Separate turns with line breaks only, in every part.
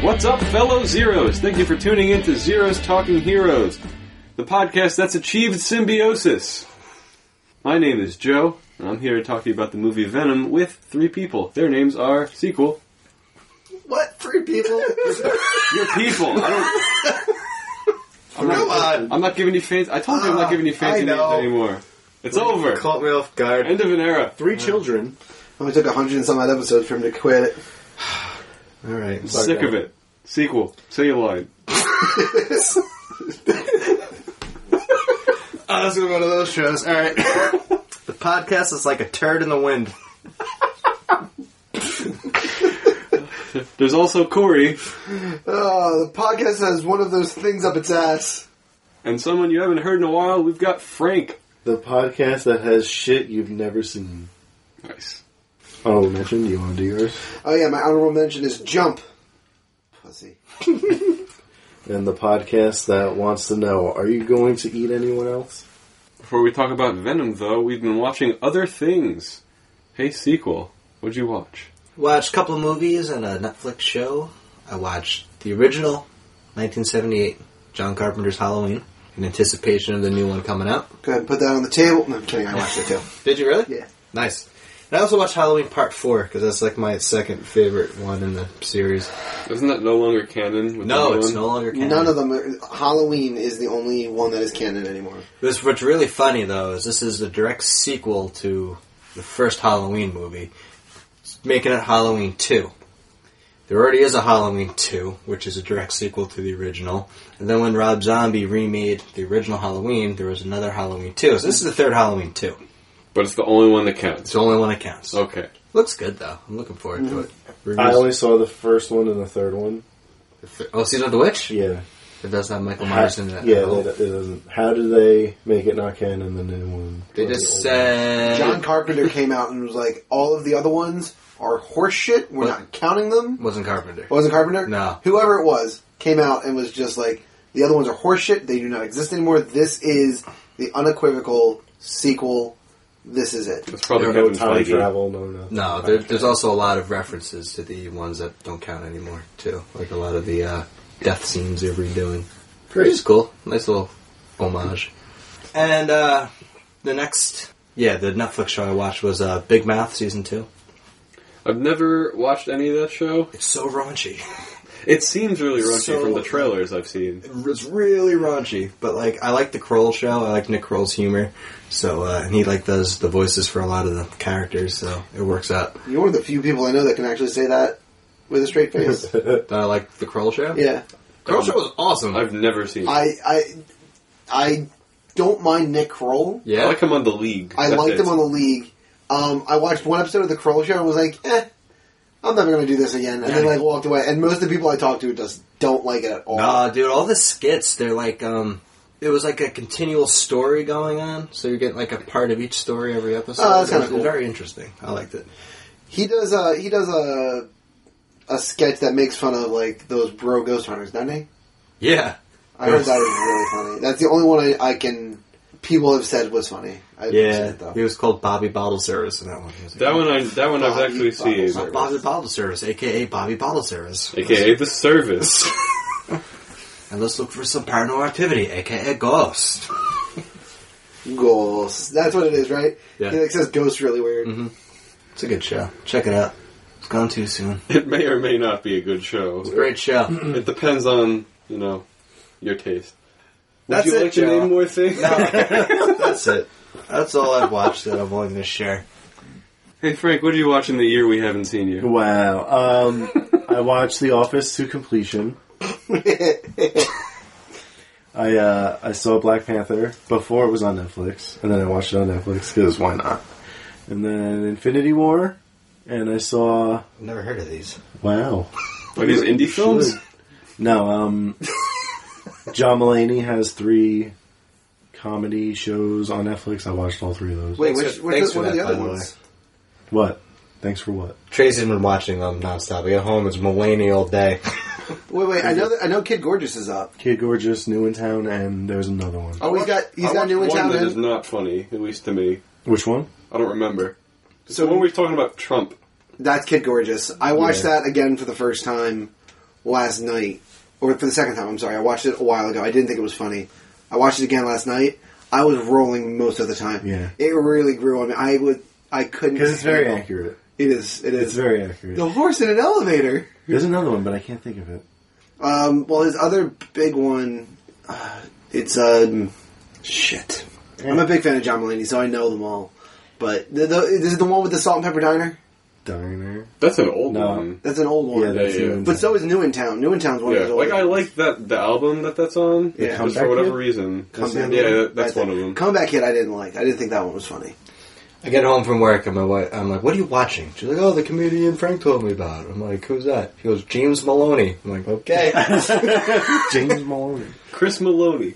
fellow Zeros. Thank you for tuning in to Zeros Talking Heroes, the podcast that's achieved symbiosis. My name is Joe, and I'm here to talk to you about the movie Venom with three people. Their names are Sequel.
What? Three people?
Your people. I don't. I'm
Come
not,
on.
I'm not giving you fancy. I told you I'm not giving you
Ah,
fancy
I
names
know.
anymore. It's over.
Caught me off guard.
End of an era.
Three children.
only took a hundred and some odd episodes for him to quit it.
All right. I'm
Sick of it. Sequel. Say you lied.
Ah,
Oh, this is one of those shows. All right.
The podcast is like a turd in the wind.
There's also Corey
Oh, the podcast has one of those things up its ass.
and someone you haven't heard in a while. We've got Frank.
The podcast that has shit you've never seen.
Nice.
Oh, mention. Do you want to do yours?
Oh yeah, my honorable mention is Jump. Pussy.
And the podcast that wants to know: Are you going to eat anyone else?
Before we talk about Venom, though, we've been watching other things. Hey, sequel, what'd you watch?
Watched a couple of movies and a Netflix show. I watched the original, 1978, John Carpenter's Halloween, in anticipation of the new one coming out.
Go ahead and put that on the table. No, I'm kidding. I watched it too.
Did you really?
Yeah.
Nice. And I also watched Halloween Part 4, because that's like my second favorite one in the series.
Isn't that no longer canon? With
No,
the new
it's
one?
no longer canon.
None of them. Are, Halloween is the only one that is canon anymore.
This, what's really funny, though, is this is a direct sequel to the first Halloween movie, It's making it Halloween 2. There already is a Halloween 2, which is a direct sequel to the original. And then when Rob Zombie remade the original Halloween, there was another Halloween 2. So this is the third Halloween 2.
But it's the only one that
It's
counts.
the only one that counts.
Okay.
Looks good, though. I'm looking forward to it.
I
Reviews.
only saw the first one and the third one.
Oh, Season of the Witch?
Yeah.
It does have Michael Myers in it.
yeah. It, it doesn't. How did they make it not canon? The new one.
They
Or the
just
old
said...
John Carpenter came out and was like, "All of the other ones are horseshit. We're
What?
not counting them."
Wasn't Carpenter.
Wasn't Carpenter?
No.
Whoever it was came out and was just like, the other ones are horseshit. They do not exist anymore. This is the unequivocal sequel. This is it.
It's probably
one.
Kevin
No time
Feige.
travel. No. No.
No, there, there's also a lot of references to the ones that don't count anymore too, like a lot of the uh, death scenes they're redoing. Pretty cool, nice little homage. And uh, the next, yeah, the Netflix show I watched was uh, Big Mouth season two.
I've never watched any of that show.
It's so raunchy.
It seems really raunchy
So-
from the trailers I've seen.
It's really raunchy, but like I like the Kroll show. I like Nick Kroll's humor, so uh, and he like does the voices for a lot of the characters, so it works out.
You're one of the few people I know that can actually say that with a straight face.
I like the Kroll show.
yeah.
Kroll show was awesome.
I've never seen. it.
I, I, I don't mind Nick Kroll.
I
yeah,
like him on the League.
I
That's
liked
it.
him on the league. Um, I watched one episode of the Kroll show and was like, eh, I'm never going to do this again. And then like walked away. And most of the people I talk to just don't like it at all.
Nah, Uh, dude, all the skits, they're like, um, it was like a continual story going on, so you're getting like a part of each story every episode.
Oh, that's kinda
It was
cool.
Very interesting. I liked it.
He does a he does a a sketch that makes fun of like those bro ghost hunters, doesn't he?
Yeah.
I heard that was really funny. That's the only one I, I can people have said was funny. I haven't seen
Yeah.
it, though.
He was called Bobby Bottle Service in that one. He was like,
That one. I that one I've
Bobby
actually
Bottle
seen.
Service.
Bobby Bottle Service, aka Bobby Bottle Service.
AKA the service.
And let's look for some paranormal activity, aka Ghost.
Ghosts. That's what it is, right?
Yeah.
He like says ghosts really weird.
Mm-hmm.
It's a good show. Check it out. It's gone too soon.
it may or may not be a good show.
Great show.
It depends on you know your taste. Would
That's
you
it,
like to
Joe.
name more things?
That's it. That's all I've watched that I'm willing to share.
Hey Frank, what are you watching the year we haven't seen you?
Wow. Um, I watched The Office to completion. I uh, I saw Black Panther before it was on Netflix, and then I watched it on Netflix because why not? And then Infinity War, and I saw
I've never heard of these.
wow.
Are these indie films?
Should. No, um, John Mulaney has three comedy shows on Netflix. I watched all three of those.
Wait,
Thanks
which,
for-
which
thanks
is
for
one of
that,
the
by
other
the way.
ones?
What? Thanks for what?
Tracy's been watching them nonstop. At home, it's Mulaney all day.
Wait, wait. I know that I know Kid Gorgeous is up.
Kid Gorgeous, New in Town, and there's another one.
Oh, he's got he's
I
got
watched
new in
one
town.
that is
in-
not funny, at least to me.
Which one?
I don't remember. So
So-
when we're talking about Trump,
That's Kid Gorgeous. I watched
Yeah.
that again for the first time last night, or for the second time. I'm sorry, I watched it a while ago. I didn't think it was funny. I watched it again last night. I was rolling most of the time.
Yeah.
it really grew on me. I would, I couldn't
Because it's very
handle-
accurate.
It is. It is
It's very accurate.
the horse in an elevator.
There's another one, but I can't think of it.
Um, well, his other big one, uh, it's um, shit. I'm a big fan of John Mulaney, so I know them all. But the, the, this is the one with the salt and pepper diner.
Diner.
That's an old
No.
one.
That's an old one.
Yeah, that's
yeah.
even-
But so is Newentown. Newentown's one of
Yeah,
those old.
like I like that the album that that's on.
Yeah.
just
Comeback
for whatever
Kid?
reason.
Comeback
yeah,
Kid?
that- that's
I
one of
think-
them.
Comeback Kid, I didn't like. I didn't think that one was funny.
I get home from work and my wife, I'm like, what are you watching? She's like, oh, the comedian Frank told me about. I'm like, who's that? She goes, James Maloney. I'm like, okay.
James Maloney.
Chris Maloney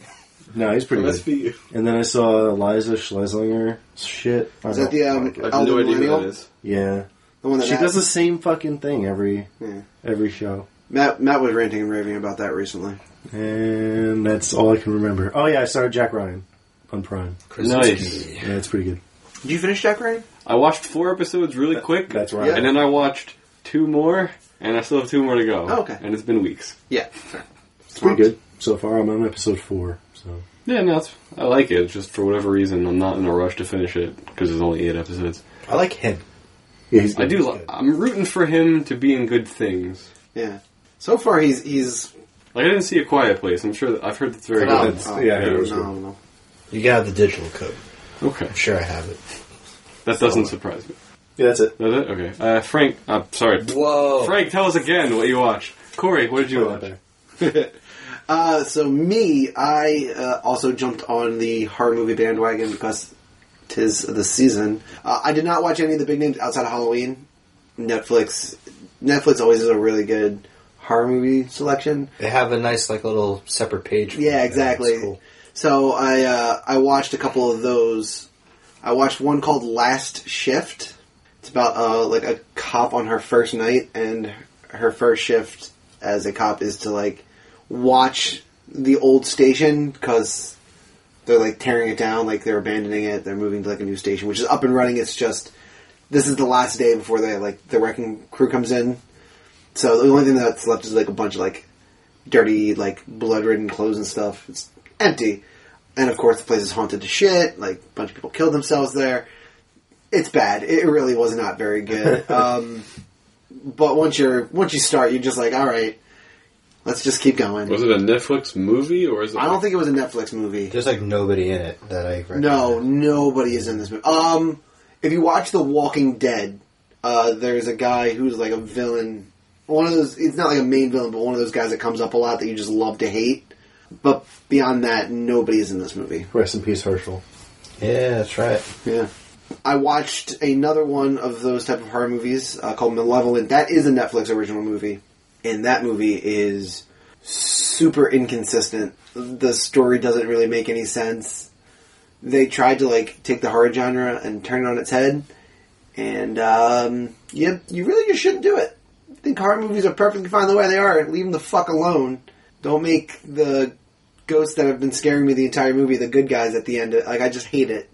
No, he's
from
pretty good.
SVU.
And then I saw Eliza Schlesinger shit. I
Is
don't
that the, um,
like
I
it.
have
Elder
no idea who that
Millennial?
is.
Yeah.
The one that
She
Matt,
does the same fucking thing every
Yeah.
every show.
Matt Matt was ranting and raving about that recently.
And that's all I can remember. Oh yeah, I started Jack Ryan on Prime.
Nice.
Yeah, that's pretty good.
Did you finish Jack Ryan?
I watched four episodes really quick.
That's right.
Yeah.
And then I watched two more, and I still have two more to go.
Oh, okay.
And it's been weeks.
Yeah.
It's pretty good. So far I'm on episode four. So
Yeah, no, it's, I like it. It's Just for whatever reason, I'm not in a rush to finish it because there's only eight episodes.
I like him.
Yeah, he's
I do. Li-
good.
I'm rooting for him to be in good things.
Yeah. So far, he's he's
Like I didn't see a quiet place. I'm sure that, I've heard that's very
phenomenal.
good.
That's- yeah, it was good.
phenomenal.
You got the digital code.
Okay,
I'm sure I have it.
that doesn't surprise me.
Yeah, that's it.
Is it? Okay, uh, Frank. I'm sorry,
Whoa.
Frank. Tell us again what you watched. Corey, what did you watch?
Uh, so me, I uh, also jumped on the horror movie bandwagon because tis the season. Uh, I did not watch any of the big names outside of Halloween. Netflix, Netflix always is a really good horror movie selection.
They have a nice, like, little separate page. for
Yeah,
it.
exactly.
It's cool.
So I uh, I watched a couple of those. I watched one called Last Shift. It's about uh, like a cop on her first night, and her first shift as a cop is to like watch the old station because they're like tearing it down, like they're abandoning it. They're moving to like a new station, which is up and running. It's just this is the last day before they like the wrecking crew comes in. So the only thing that's left is like a bunch of like dirty, like blood-ridden clothes and stuff. It's empty, and of course the place is haunted to shit. Like a bunch of people killed themselves there. It's bad. It really was not very good. um, but once you're once you start, you're just like, all right, let's just keep going.
Was it a Netflix movie or is it?
I don't think it was a Netflix movie.
There's, like, nobody in it that I recommend.
No, nobody is in this movie. Um, if you watch The Walking Dead, uh, there's a guy who's like a villain. One of those. It's not like a main villain, but one of those guys that comes up a lot that you just love to hate. But beyond that, nobody is in this movie.
Rest in peace, Herschel.
Yeah, that's right.
Yeah. I watched another one of those type of horror movies uh, called Malevolent. That is a Netflix original movie, and that movie is super inconsistent. The story doesn't really make any sense. They tried to like take the horror genre and turn it on its head, and um, you you really just shouldn't do it. I think horror movies are perfectly fine the way they are. Leave them the fuck alone. Don't make the ghosts that have been scaring me the entire movie the good guys at the end. Like I just hate it.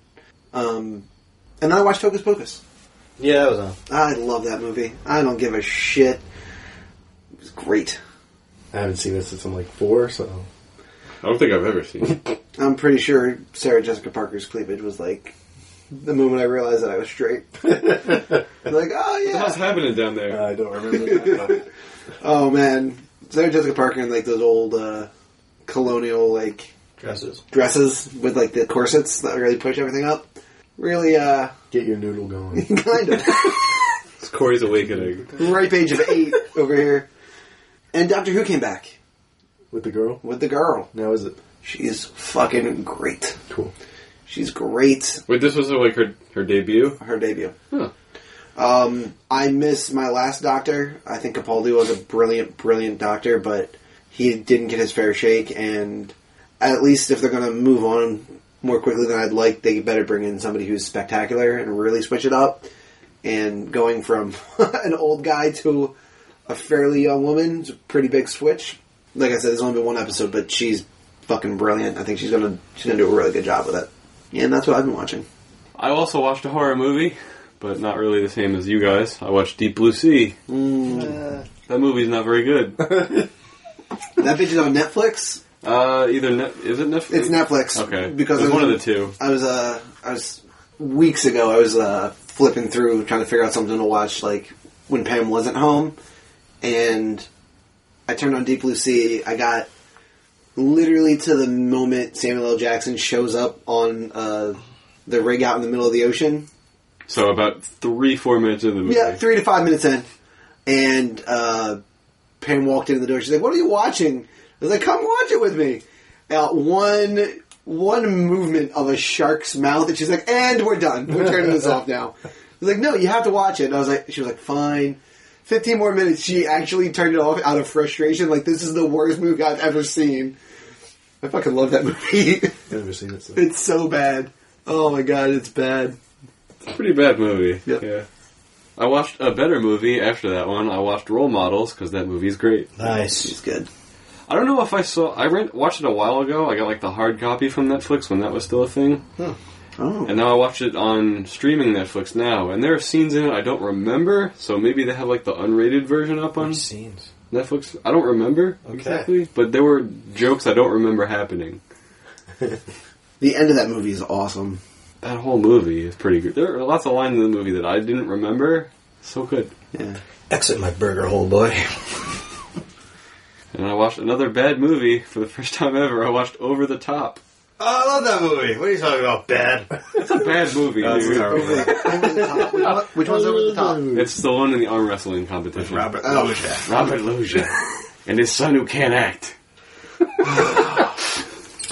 Um, and then I watched Hocus Pocus.
Yeah, that was on.
I love that movie. I don't give a shit. It was great.
I haven't seen this since I'm like four, so
I don't think I've ever seen. it.
I'm pretty sure Sarah Jessica Parker's cleavage was like the moment I realized that I was straight. like, oh
What's
yeah.
happening down there?
I don't remember.
Oh man. Sarah Jessica Parker in like those old uh, colonial like
Dresses.
dresses with like the corsets that really push everything up. Really, uh,
Get your noodle going.
kind of.
It's Corey's awakening.
Ripe age of eight over here. And Doctor Who came back
With the girl?
with the girl.
Now is it
She's fucking great.
cool?
She's great.
Wait, this was uh, like her her debut.
Her debut.
Huh.
Um, I miss my last doctor. I think Capaldi was a brilliant, brilliant doctor, but he didn't get his fair shake. And at least if they're going to move on more quickly than I'd like, they better bring in somebody who's spectacular and really switch it up. And going from an old guy to a fairly young woman is a pretty big switch. Like I said, there's only been one episode, but she's fucking brilliant. I think she's gonna she's gonna do a really good job with it. Yeah, and that's what I've been watching.
I also watched a horror movie, but not really the same as you guys. I watched Deep Blue Sea. That movie's not very good.
That bitch is on Netflix.
Uh, either net, is it Netflix?
It's Netflix.
Okay, because
because
it's
I was
one of
in-
the two.
I was uh I was weeks ago I was uh flipping through trying to figure out something to watch like when Pam wasn't home and I turned on Deep Blue Sea, I got literally to the moment Samuel L. Jackson shows up on uh the rig out in the middle of the ocean.
So about three, four minutes into the movie.
Yeah, three to five minutes in. And uh, Pam walked in the door. She's like, "What are you watching?" I was like, "Come watch it with me." Uh, one one movement of a shark's mouth, and she's like, "And we're done. We're turning this off now." I was like, "No, you have to watch it." And I was like, "She was like, fine." Fifteen more minutes. She actually turned it off out of frustration. Like, this is the worst movie I've ever seen. I fucking love that movie.
I've never seen it. So.
it's so bad. Oh my god, it's bad.
pretty bad movie.
Yep.
Yeah. I watched a better movie after that one. I watched Role Models because that movie's great.
Nice.
It's good.
I don't know if I saw. I rent, watched it a while ago. I got like the hard copy from Netflix when that was still a thing,
Oh,
and now I watched it on streaming Netflix now. And there are scenes in it I don't remember, so maybe they have like the unrated version up on
Um,
Which scenes?
Netflix. I don't remember
Okay.
exactly, but there were jokes I don't remember happening.
the end of that movie is awesome.
That whole movie is pretty good. There are lots of lines in the movie that I didn't remember. So good.
Yeah.
Exit my burger hole, boy.
And I watched another bad movie for the first time ever. I watched Over the Top.
I love that movie. What are you talking about, bad?
It's a bad movie.
No, it's
dude.
not really.
over the top. Which, one- which one's over the top?
It's the one in the arm wrestling competition.
Robert
Oh.
Loggia.
Robert Loggia and his son who can't act.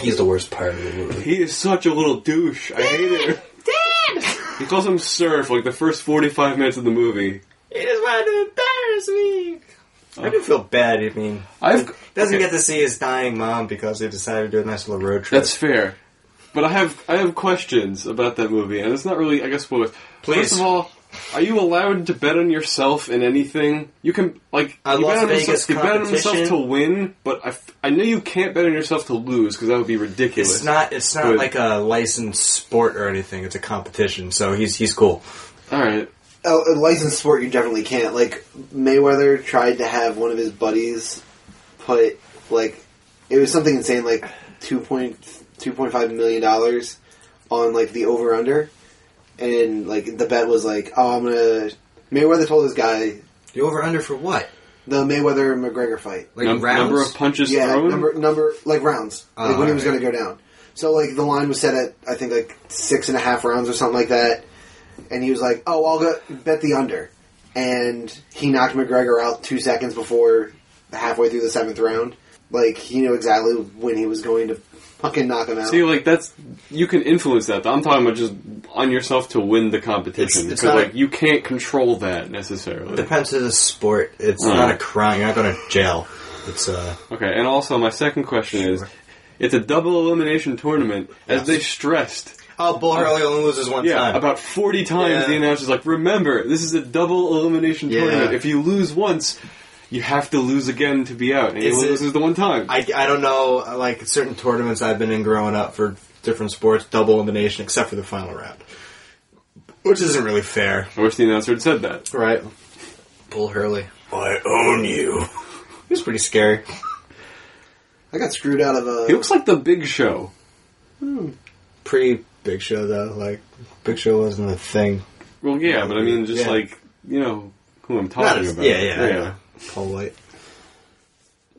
He's the worst part of the movie.
He is such a little douche. I hate him. Dad! He calls him sir for like the first 45 minutes of the movie.
He just wanted to embarrass me. I do feel bad. I mean,
I've
doesn't
okay,
get to see his dying mom because they decided to do a nice little road trip.
That's fair. But I have I have questions about that movie, and it's not really I guess what.
Please.
First of all, are you allowed to bet on yourself in anything? You can like
A
you,
Las
bet on
Vegas
yourself, you bet on yourself to
competition.
win, but I, f- I know you can't bet on yourself to lose because that would be ridiculous.
it's not. It's not
Good.
like a licensed sport or anything. It's a competition, so he's he's cool.
all right.
Oh, a licensed sport, you definitely can't. Like Mayweather tried to have one of his buddies put like it was something insane, like two point two point five million dollars on like the over under, and like the bet was like, oh, I'm gonna. Mayweather told this guy
The over under for what?
the Mayweather McGregor fight.
Like
Num-
rounds?
number of punches
yeah,
thrown.
number number like rounds,
Oh,
like when he was
alright.
going to go down. So like the line was set at I think like six and a half rounds or something like that, and he was like, "Oh, I'll go bet the under," and he knocked McGregor out two seconds before halfway through the seventh round. Like he knew exactly when he was going to fucking knock him out.
See, like that's you can influence that. I'm talking about just on yourself to win the competition
It's- it's
because
not-
like you can't control that necessarily.
Depends on the sport. It's
Hmm.
not a crime. You're not going to jail. It's uh,
Okay, and also my second question is, it's a double elimination tournament, as they stressed.
oh, Bull Hurley only loses one
Yeah,
time.
about 40 times
Yeah.
the announcer's like, remember, this is a double elimination
Yeah.
tournament. If you lose once, you have to lose again to be out, and he
Is
only
it-
loses the one time.
I, I don't know. Like certain tournaments I've been in growing up for different sports, double elimination except for the final round, which isn't really fair,
I wish the announcer had said that.
right? Bull Hurley, I own you. He was pretty scary.
I got screwed out of uh,
He
a.
looks like the Big Show.
Pre Big Show though, like Big Show wasn't a thing.
Well, yeah, but I mean, just
Yeah.
like you know who I'm
Not
talking
as-
about.
yeah, yeah, yeah. Paul White.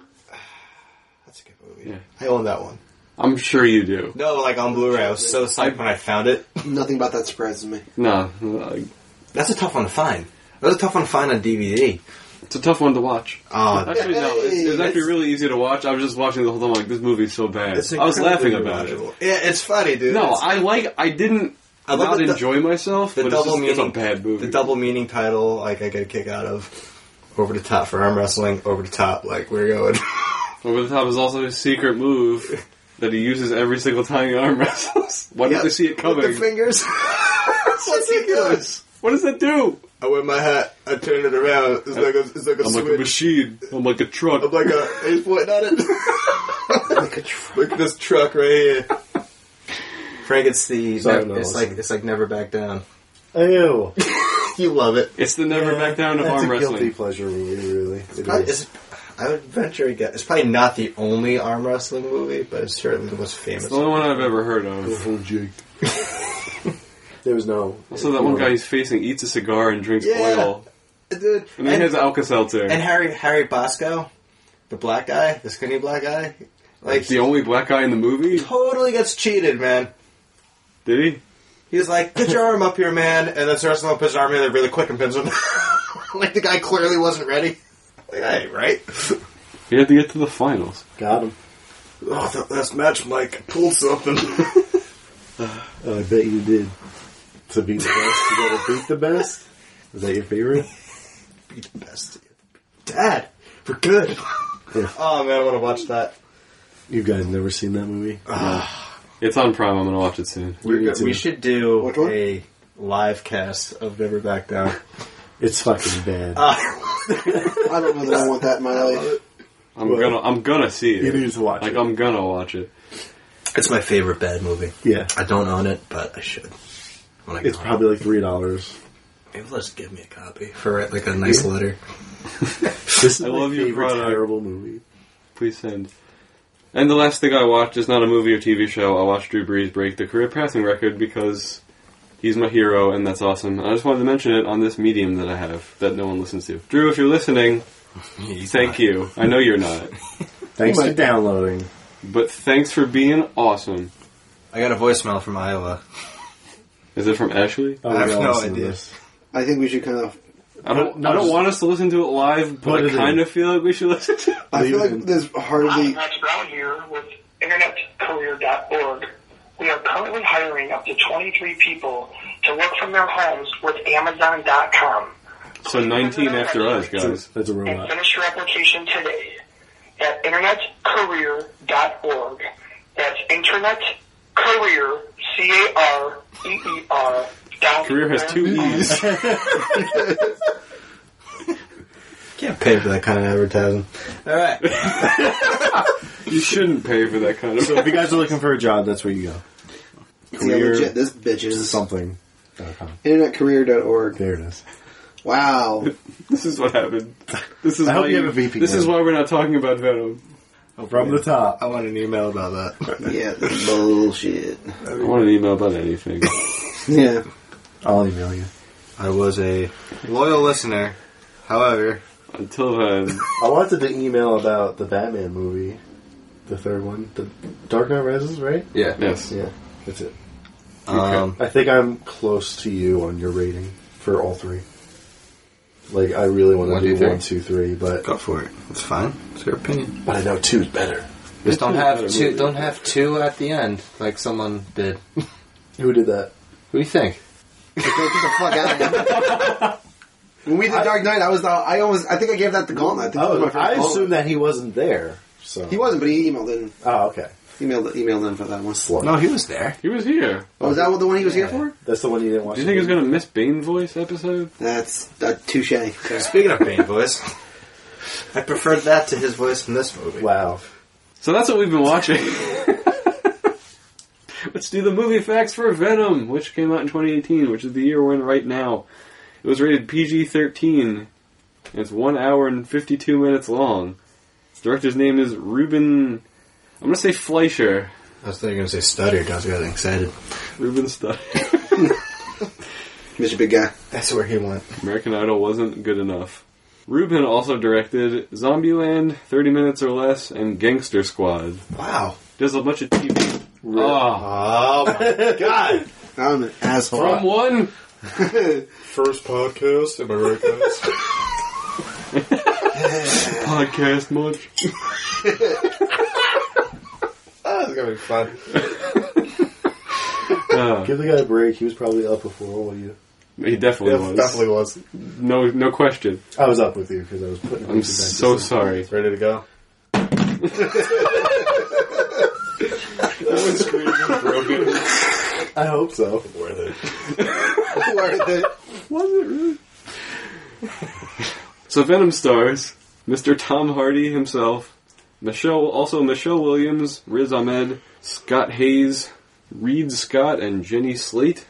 That's a good movie.
Yeah.
I own that one.
I'm sure you do.
No, like on Blu-ray. I was so psyched when I found it.
Nothing about that surprises me.
No, uh,
That's a tough one to find. That was a tough one to find on DVD.
it's a tough one to watch.
Oh,
Actually, no, it's, it was actually really easy to watch. I was just watching the whole time, like this movie's so bad. I was laughing about it.
Yeah, it's funny, dude.
No,
It's-
I like. I didn't.
I love
not
the du-
enjoy myself.
the
but
double
it's, just, it's
meaning.
a bad movie.
The double meaning title, like I get a kick out of. Over the top for arm wrestling. Over the top, like we're going.
Over the top is also his secret move that he uses every single time he arm wrestles. Why did
Yep.
they see it coming?
With the fingers. That's
What's he doing? What does that do?
I wear my hat. I turn it around. It's like a, it's like a
I'm
switch.
like a machine. I'm like a truck.
I'm like a. He's pointing at it.
Like a tr-
Look at this truck right here. Frank, it's the
Sorry, no,
it's
listen.
like it's like never back down.
Ew.
you love it.
It's the never
Yeah,
back down of
that's
arm
a Guilty
wrestling.
pleasure movie, really. It
Probably-
is.
it's- I would venture a guess. It's probably not the only arm wrestling movie, but it's certainly the most famous.
It's the only one I've ever heard of.
There was no.
Also, that one guy he's facing eats a cigar and drinks
Yeah.
oil,
Dude,
and then he has Alka Seltzer.
and Harry Harry Bosco, the black guy, the skinny black guy, like
the only black guy in the movie.
totally gets cheated, man.
Did he?
He's like, "Get your arm up here, man," and then Saraceno puts his arm in there really quick and pins him. like the guy clearly wasn't ready. Like, hey, right?
He had to get to the finals.
Got him.
Oh, that, that's match, Mike pulled something.
Oh, I bet you did. To be the best, you gotta beat the best. Is that your favorite?
Be the best, Dad. We're good.
Yeah.
Oh man, I want to watch that.
You guys never seen that movie?
It's on Prime. I'm gonna watch it soon.
We need
We,
to.
we should do
Which one?
a live cast of Never Back Down.
It's fucking bad.
I don't know that I want that in my life.
I'm
Well,
gonna. I'm gonna see it.
you need to watch
Like
it.
I'm gonna watch it.
it's my favorite bad movie.
yeah,
I don't own it, but I should. When I
it's
go home.
probably like three dollars.
Maybe they'll just give me a copy for like a nice letter.
This is
I
my
love your
favorite
product.
terrible movie.
Please send. And the last thing I watched is not a movie or TV show. I watched Drew Brees break the career passing record because he's my hero, and that's awesome. And I just wanted to mention it on this medium that I have that no one listens to. Drew, if you're listening, thank you. I know you're not,
Thanks
might-
for downloading.
but thanks for being awesome.
I got a voicemail from Iowa.
Is it from Ashley?
Oh,
I have
we all
no
listen to
idea.
this.
I think we should kind of.
I don't.
No,
I don't
just-
want us to listen to it live,
Put
but I
it in.
kind of feel like we should listen to. it.
I feel
Leave it
like
in.
there's
Hi,
hardly.
Randy Brown here with InternetCareer.org. We are currently hiring up to 23 people to work from their homes with Amazon.com
So 19 after us, guys.
That's a
and
robot.
finish your application today at InternetCareer.org. That's Internet Career, C-A-R-E-E-R. E dot
Career has two E's.
Can't pay for that kind of advertising. All right.
You shouldn't pay for that kind of.
So if you guys are looking for a job, that's where you go.
Yeah,
Career-
legit, this bitch is.
Something. dot com.
InternetCareer.org.
There it is.
Wow.
This is what happened. This is
I hope
why
you have a VPN.
This is why we're not talking about Venom.
From the top.
I want an email about that.
Yeah, this is bullshit.
I want an email about anything.
Yeah.
I'll email you.
I was a loyal listener. However,
Until then,
I wanted to email about the Batman movie, the third one, the Dark Knight Rises, right?
yeah.
yes.
Yeah, that's it.
Um,
I think I'm close to you on your rating for all three. Like, I really want
One,
to
two,
do
three.
one, two, three, but
go for it. It's fine. It's your opinion.
but I know two's better.
Just don't
Better
have two.
movie.
Don't have two at the end, like someone did. Who
Who did that?
do you think?
Go get the fuck out of here. When we did Dark Knight, I was uh, I almost I think I gave that the gauntlet. I think that was my first
I assume
gauntlet.
that he wasn't there. So
he wasn't, but he emailed in
Oh, okay.
emailed emailed in for that one.
Slut.
No, he was there.
He was here.
Oh, is that the one he was here for?
That's the one you didn't watch.
Do you think he's
again?
gonna miss Bane voice episode?
That's uh, touche.
Speaking of Bane voice, I preferred that to his voice in this movie.
Wow.
So that's what we've been watching. Let's do the movie facts for Venom, which came out in 2018, which is the year we're in right now. It was rated PG-13. and It's one hour and 52 minutes long. The director's name is Ruben. I'm gonna say Fleischer.
I was thinking you were going to say stuttered. I was getting excited.
Ruben Studd.
Mr. Big Guy.
That's where he went.
American Idol wasn't good enough. Ruben also directed Zombieland, 30 Minutes or Less, and Gangster Squad.
Wow.
Does a bunch of TV. Ah,
Oh my god!
I'm an asshole.
from one?
First podcast, am I right, guys?
Podcast much.
That's Oh, gonna be fun.
Uh,
Give the guy a break. He was probably up before all of you.
he definitely was.
was.
No, no question.
I was up with you because I was putting.
I'm so sorry.
Ready to go?
I hope so.
Worth it.
Worth it.
Was it really? so Venom stars Mr. Tom Hardy himself, Michelle, also Michelle Williams, Riz Ahmed, Scott Hayes, Reed Scott, and Jenny Slate.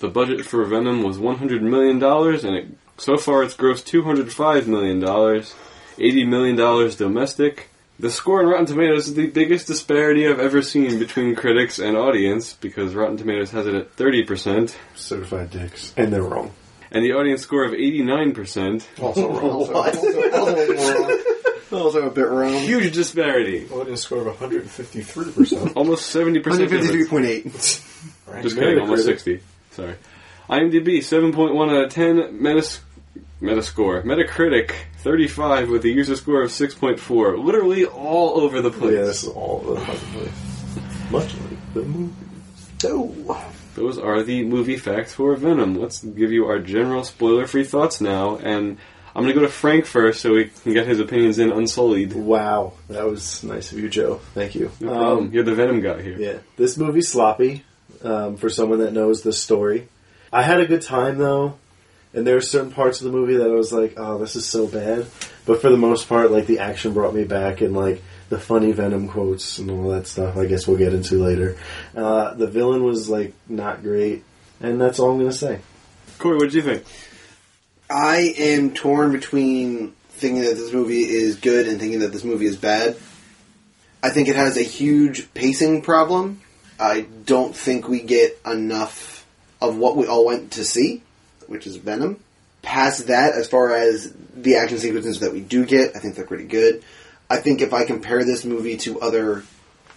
The budget for Venom was 100 million dollars, and it, so far it's grossed 205 million dollars, 80 million dollars domestic. The score on Rotten Tomatoes is the biggest disparity I've ever seen between critics and audience because Rotten Tomatoes has it at 30 percent,
Certified dicks. And they're wrong.
and the audience score of 89 percent.
Also
Also, also, also, also a bit wrong.
Huge disparity,
Audience score of 153%.
almost 70 percent.
153.8.
Just kidding, almost 60. Sorry. IMDb, 7.1 out of 10. Metas- Metascore. Metacritic, 35 with a user score of 6.4. Literally all over the place.
yeah, this is all over the fucking place. Much like the movie.
So,
Those are the movie facts for Venom. Let's give you our general spoiler free thoughts now. And I'm going to go to Frank first so we can get his opinions in unsullied.
Wow, that was nice of you, Joe. Thank you.
No problem. You're the Venom guy here.
Um, Yeah, this movie's sloppy um, for someone that knows the story. I had a good time though, and there were certain parts of the movie that I was like, "Oh, this is so bad," but for the most part, like the action brought me back, and like the funny Venom quotes and all that stuff. I guess we'll get into later. Uh, the villain was like not great, and that's all I'm gonna say.
Corey, what did you think?
I am torn between thinking that this movie is good and thinking that this movie is bad. I think it has a huge pacing problem. I don't think we get enough of what we all went to see, which is Venom. Past that, as far as the action sequences that we do get, I think they're pretty good. I think if I compare this movie to other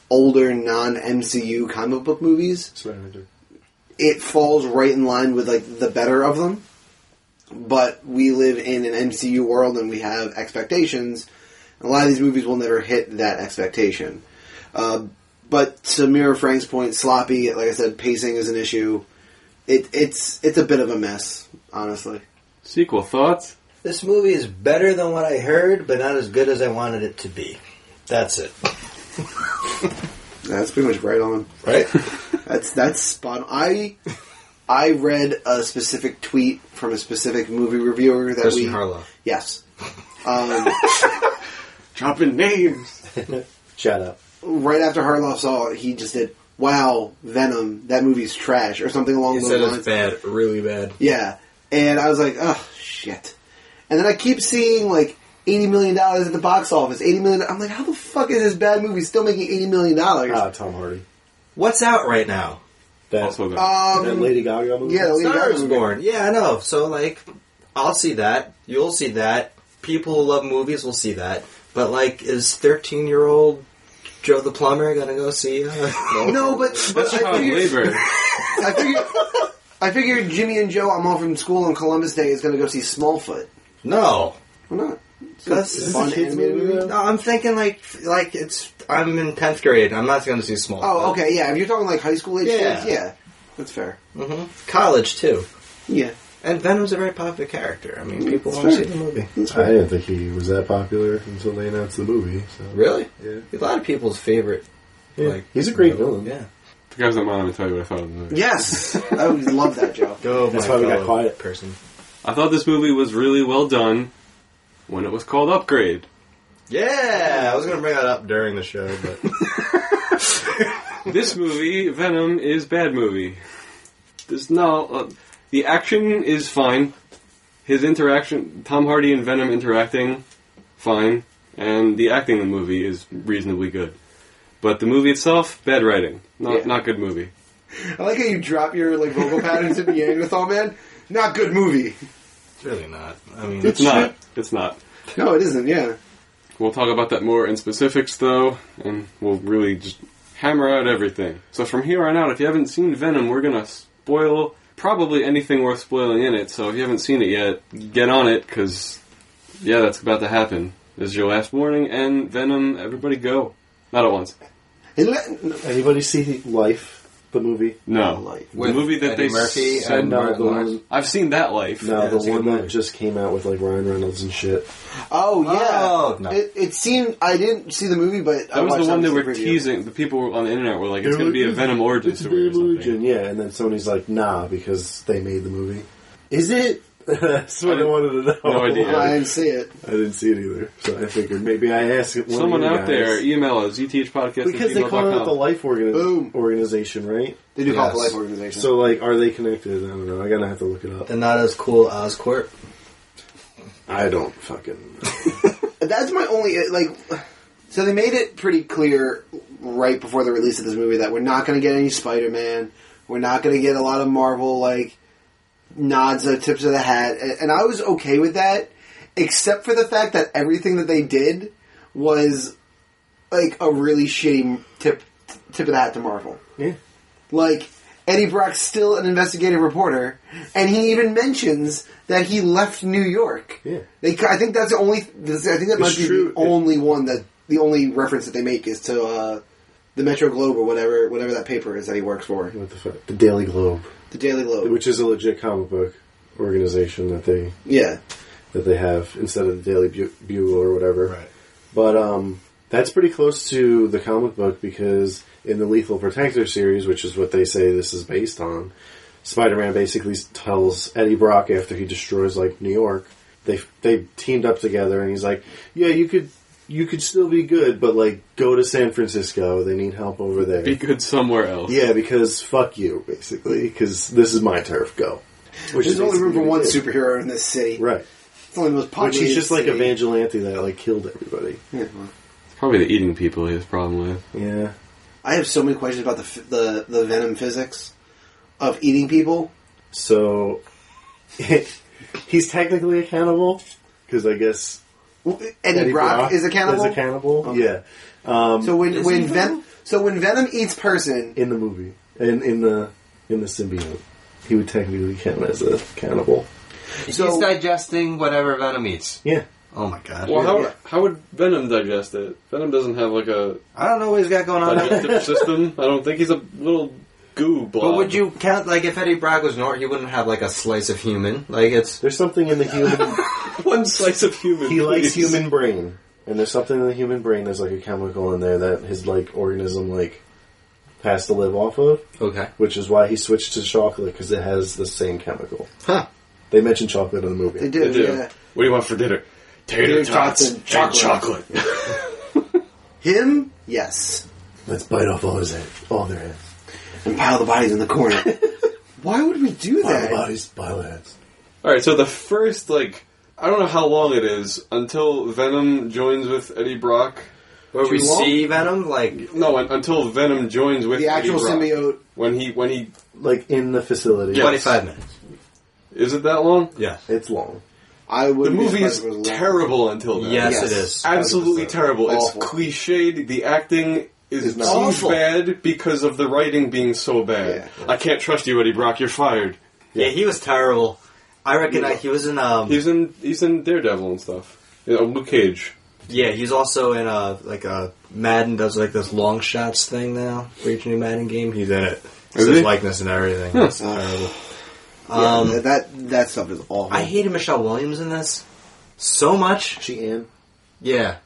older non MCU comic book movies, it falls right in line with like the better of them. But we live in an MCU world and we have expectations. A lot of these movies will never hit that expectation. Uh, but to mirror Frank's point, sloppy. Like I said, pacing is an issue. It, it's it's a bit of a mess, honestly.
Sequel thoughts?
This movie is better than what I heard, but not as good as I wanted it to be. That's it.
That's pretty much right on.
Right?
That's that's spot. On. I I read a specific tweet from a specific movie reviewer that
Kristen
we
Harlow.
yes. Um,
Dropping names.
Shout out.
right after Harlow saw it, he just did, "Wow, Venom, that movie's trash," or something along
He
those
said it was
lines.
bad, really bad.
Yeah, and I was like, "Oh shit!" And then I keep seeing like eighty million dollars at the box office. Eighty million. I'm like, "How the fuck is this bad movie still making eighty million dollars?"
Ah, Tom Hardy.
What's out right now?
That,
Also, good.
that
um,
Lady Gaga movie.
yeah, the Lady
Star
Gaga
is
movie.
Born. Yeah, I know. So like, I'll see that. You'll see that. People who love movies will see that. But like, is thirteen-year-old Joe the plumber gonna go see? Uh,
No, but, but
That's
I
child
figured,
labor.
I figured, I figured Jimmy and Joe, I'm home from school on Columbus Day, is going to go see Smallfoot.
no.
Why not?
That's-
It's a fun
kids
animated
movie,
movie.
though?
No, I'm thinking like like it's. I'm in tenth grade. I'm not gonna see small.
Oh, okay, yeah. If you're talking like high school age
Yeah.
kids, yeah, that's fair.
hmm College too.
Yeah.
And Venom's a very popular character. I mean, people
That's
want to see the
fair.
movie.
I didn't think he was that popular until they announced the movie. So.
Really?
Yeah.
A lot of people's favorite.
Yeah.
Like,
He's a great villain.
Yeah.
the guys at mine, i tell you what I thought of the movie.
Yes, I would love that, Joe.
Go,
That's
my
why we got
fellow
quiet.
person.
I thought this movie was really well done when it was called Upgrade.
Yeah, I was gonna bring that up during the show, but
this movie, Venom, is bad movie. There's no uh, the action is fine. His interaction, Tom Hardy and Venom interacting, fine, and the acting in the movie is reasonably good. But the movie itself, bad writing, not
Yeah.
not good movie.
I like how you drop your like vocal patterns at the end with all man. Not good movie.
it's really not. I mean,
It's not. It's not.
No, it isn't. Yeah,
We'll talk about that more in specifics, though, and we'll really just hammer out everything. So from here on out, if you haven't seen Venom, we're gonna spoil probably anything worth spoiling in it. So if you haven't seen it yet, get on it, because yeah, that's about to happen. This is your last warning, and Venom, everybody go. Not at once.
It let- no.
Anybody see Life, the movie?
No, the
With
movie that
Eddie
they
Murphy
said.
and
no,
Martin
the
Lawrence.
one,
I've seen that life.
uh, no,
Yeah,
the
it's a good
one that
movie.
just came out with like Ryan Reynolds and shit.
Oh yeah,
Oh, no.
it, it seemed I didn't see the movie, but I
That was
watched
the one
that
they were
review.
teasing. The people on the internet were like, "It's
They're
going to
like,
be a
"It's-
Venom origin
it's a
story or
Venom
something."
origin, Yeah, and then Sony's like, nah, because they made the movie. Is it That's what I, wanted to know.
No idea.
I didn't see it.
I didn't see it either, so I figured maybe I asked it one of
Someone
you
out
guys.
there, email us, E zthpodcast
because they call it the Life organi-
Boom.
Organization, right?
They do call it the
Yes.
Life Organization.
So, like, are they connected? I don't know. I gotta have to look it up.
They're not as cool as Oscorp.
I don't fucking.
That's my only like. So they made it pretty clear right before the release of this movie that we're not going to get any Spider-Man. We're not going to get a lot of Marvel like nods or tips of the hat, A- and I was okay with that, except for the fact that everything that they did was like a really shitty tip tip of the hat to Marvel.
Yeah.
Like Eddie Brock's still an investigative reporter, and he even mentions that he left New York.
Yeah.
they, I think that's the only. I think that
It's
might be
true.
the only one that the only reference that they make is to uh, the Metro Globe or whatever, whatever that paper is that he works for,
What the fuck? The Daily Globe,
the Daily Globe.
which is a legit comic book organization that they
yeah,
that they have instead of the Daily Bu- Bugle or whatever. But um, that's pretty close to the comic book because in the Lethal Protector series, which is what they say this is based on, Spider-Man basically tells Eddie Brock after he destroys like New York, they they teamed up together, and he's like, "Yeah, you could." You could still be good, but like go to San Francisco. They need help over there.
Be good somewhere else.
yeah, because fuck you, basically. Because this is my turf. Go. Which
there's only room for
basically
one
what he did.
superhero in this city.
right?
It's only the most
Which
populated
he's just like a
city.
vigilante that like killed everybody.
Yeah.
Probably the eating people he has a problem with.
Yeah,
I have so many questions about the f- the the venom physics of eating people.
So he's technically a cannibal because I guess
Eddie, Brock, is a cannibal.
Is a cannibal?
Okay.
Yeah,
So when
Is
when
he
Ven-
though?
so when Venom eats person,
in the movie and in the in the symbiote, he would technically count as a cannibal.
He's
So-
digesting whatever Venom eats.
Yeah,
Oh my god.
Well, how,
Yeah.
how would Venom digest it? Venom doesn't have like a
I don't know what he's got going on. there.
digestive system. I don't think he's a little goo blob.
But would you count, like, if Eddie Brock was Nort, he wouldn't have, like, a slice of human. Like, it's.
there's something in the human.
one slice of human?
he likes
please?
human brain, and there's something in the human brain. There's like a chemical in there that his like organism like has to live off of,
Okay.
which is why he switched to chocolate because it has the same chemical.
Huh.
They mentioned chocolate in the movie.
they do.
They do.
Yeah.
What do you want for dinner? Tater
Tater
tots
tots
and
and
chocolate.
Him, yes,
Let's bite off all his head, all their heads.
and pile the bodies in the corner. Why would we do that?
bodies, pile heads.
All right, so the first like I don't know how long it is until Venom joins with Eddie Brock.
Where we
Too long?
see Venom, like,
No, un- until Venom joins with
The actual
Eddie Brock.
symbiote.
When he when he
Like in the facility.
Yeah.
25 minutes.
is it that long?
Yeah.
It's long.
I would.
The movie is terrible until then.
Yes,
Yes.
it is.
absolutely
100%.
terrible.
Awful.
It's cliched. The acting is
It's
too
not-
Awful.
bad because of the writing being so bad. I can't trust you, Eddie Brock. You're fired.
Yeah, he was terrible. I reckon that he was in. Um,
He's in he's in Daredevil and stuff. You know, Luke Cage.
yeah, he's also in uh like a Madden does like this long shots thing now for each new Madden game. He's in it. It's
Is
his
he?
likeness and everything. It's terrible. Um,
Yeah, that that stuff is awful.
I hated Michelle Williams in this so much.
She and
Yeah,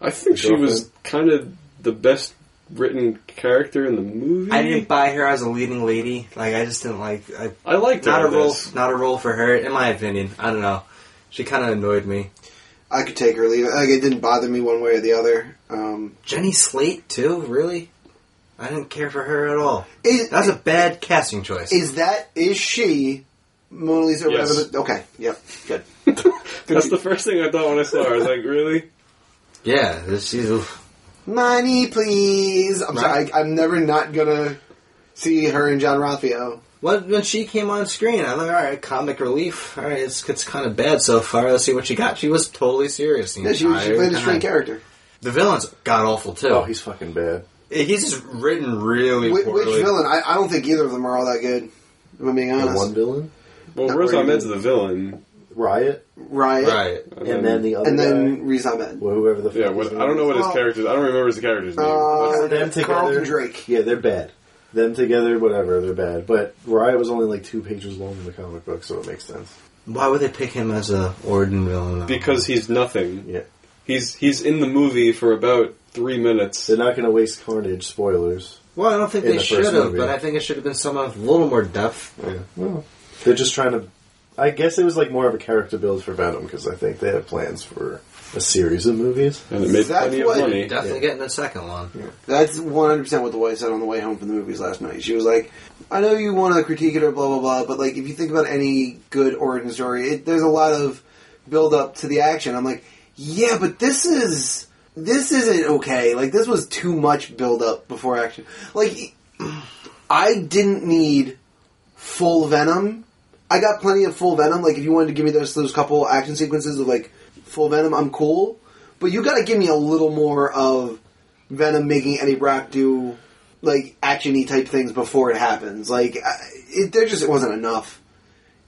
I think
The
she was kind of the best written character in the movie.
I didn't buy her as a leading lady. Like I just didn't like. I,
I liked
not
her
a
in
role.
this.
Not a role for her, in my opinion. I don't know. She kind of annoyed me.
I could take or leave it. Like it didn't bother me one way or the other. Um,
Jenny Slate too. Really, I didn't care for her at all.
is,
That's a bad casting choice.
is that is she Mona Lisa? or
Yes.
Whatever. the- okay. Yep. Good.
That's the first thing I thought when I saw her. I was like, really?
Yeah, this- she's. a-
Money, please. I'm
Right.
sorry. I, I'm never not gonna see her and John Raffio.
When, when she came on screen, I'm like, all right, comic relief. All right, it's, it's kind of bad so far. Let's see what she got. She was totally serious. the
Yeah, she, she
entire
played a
time.
straight character.
The villain's god awful too.
Oh, he's fucking bad.
he's just written really
Which, which
poorly.
villain? I, I don't think either of them are all that good. If I'm being
The
honest.
one villain?
Well,
Not
Rose
really.
Ahmed's the villain.
Riot.
Riot.
Right.
And,
And then the other
And then
guy,
Riz Ahmed.
well, whoever the fuck
yeah,
his
what,
name
I don't know what his
Oh.
character's. I don't remember his character's name.
Uh,
That's-
is. them together.
Carlton Drake.
Yeah, they're bad. Them together, whatever, they're bad. But Riot was only like two pages long in the comic book, so it makes sense.
Why would they pick him as a origin villain?
because he's nothing.
Yeah.
He's he's in the movie for about three minutes.
They're not gonna waste carnage, spoilers.
well, I don't think
In
they
the first
should have,
movie.
but I think it should have been someone with a little more depth.
Yeah. Well. They're just trying to I guess it was like more of a character build for Venom because I think they have plans for a series of movies.
And it made
That's
plenty
what-
of money.
Definitely
Yeah.
getting a second one.
That's 100% what the wife said on the way home from the movies last night. She was like, I know you want to critique it or blah, blah, blah, but like, if you think about any good origin story, it, there's a lot of build up to the action. I'm like, yeah, but this is, this isn't okay. Like, this was too much build up before action. Like, I didn't need full Venom. I got plenty of full Venom. Like, if you wanted to give me those, those couple action sequences of like full Venom, I'm cool. But you gotta give me a little more of Venom making Eddie Brock do like actiony type things before it happens. Like I, it, there just it wasn't enough.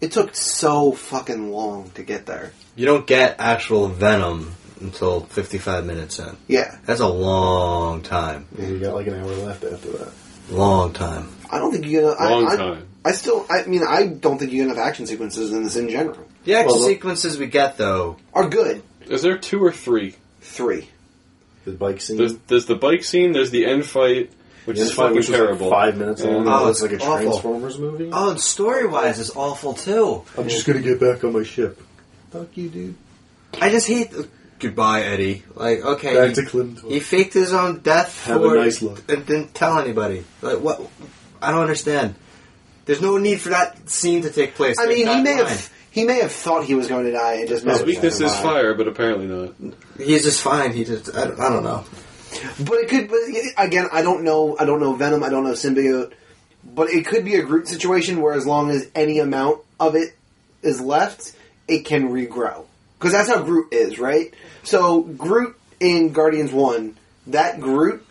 It took so fucking long to get there.
You don't get actual Venom until 55 minutes in.
Yeah,
That's a long time.
You got like an hour left after that.
Long time.
I don't think you're gonna.
Long
I, I,
time.
I still. I mean, I don't think you're gonna have action sequences in this in general.
The action
Well, the-
sequences we get, though,
Are good
Is there two or three?
three.
The bike scene.
There's, there's the bike scene. There's the end fight, which
The
is
end fight,
fucking
which was, like,
terrible. uh,
five minutes long.
Yeah.
Oh,
it's like a
it's awful.
Transformers movie.
oh, and story wise, it's awful, too.
Oh.
I'm just gonna get back on my ship. Fuck you, dude.
I just hate. Goodbye, Eddie. Like, okay.
Back
you-
to Clinton.
He faked his own death
Have a
for
nice look.
and didn't tell anybody. Like what? I don't understand. There's no need for that scene to take place.
I mean,
Like, that
he may
line.
have. He may have thought he was going to die and just
Oh,
His
managed to
weakness is
survive.
fire, but apparently not.
He's just fine. He just. I don't, I don't know.
But it could. But again, I don't know. I don't know Venom. I don't know symbiote. But it could be a Groot situation where, as long as any amount of it is left, it can regrow. Because that's how Groot is, right? So Groot in Guardians One, that Groot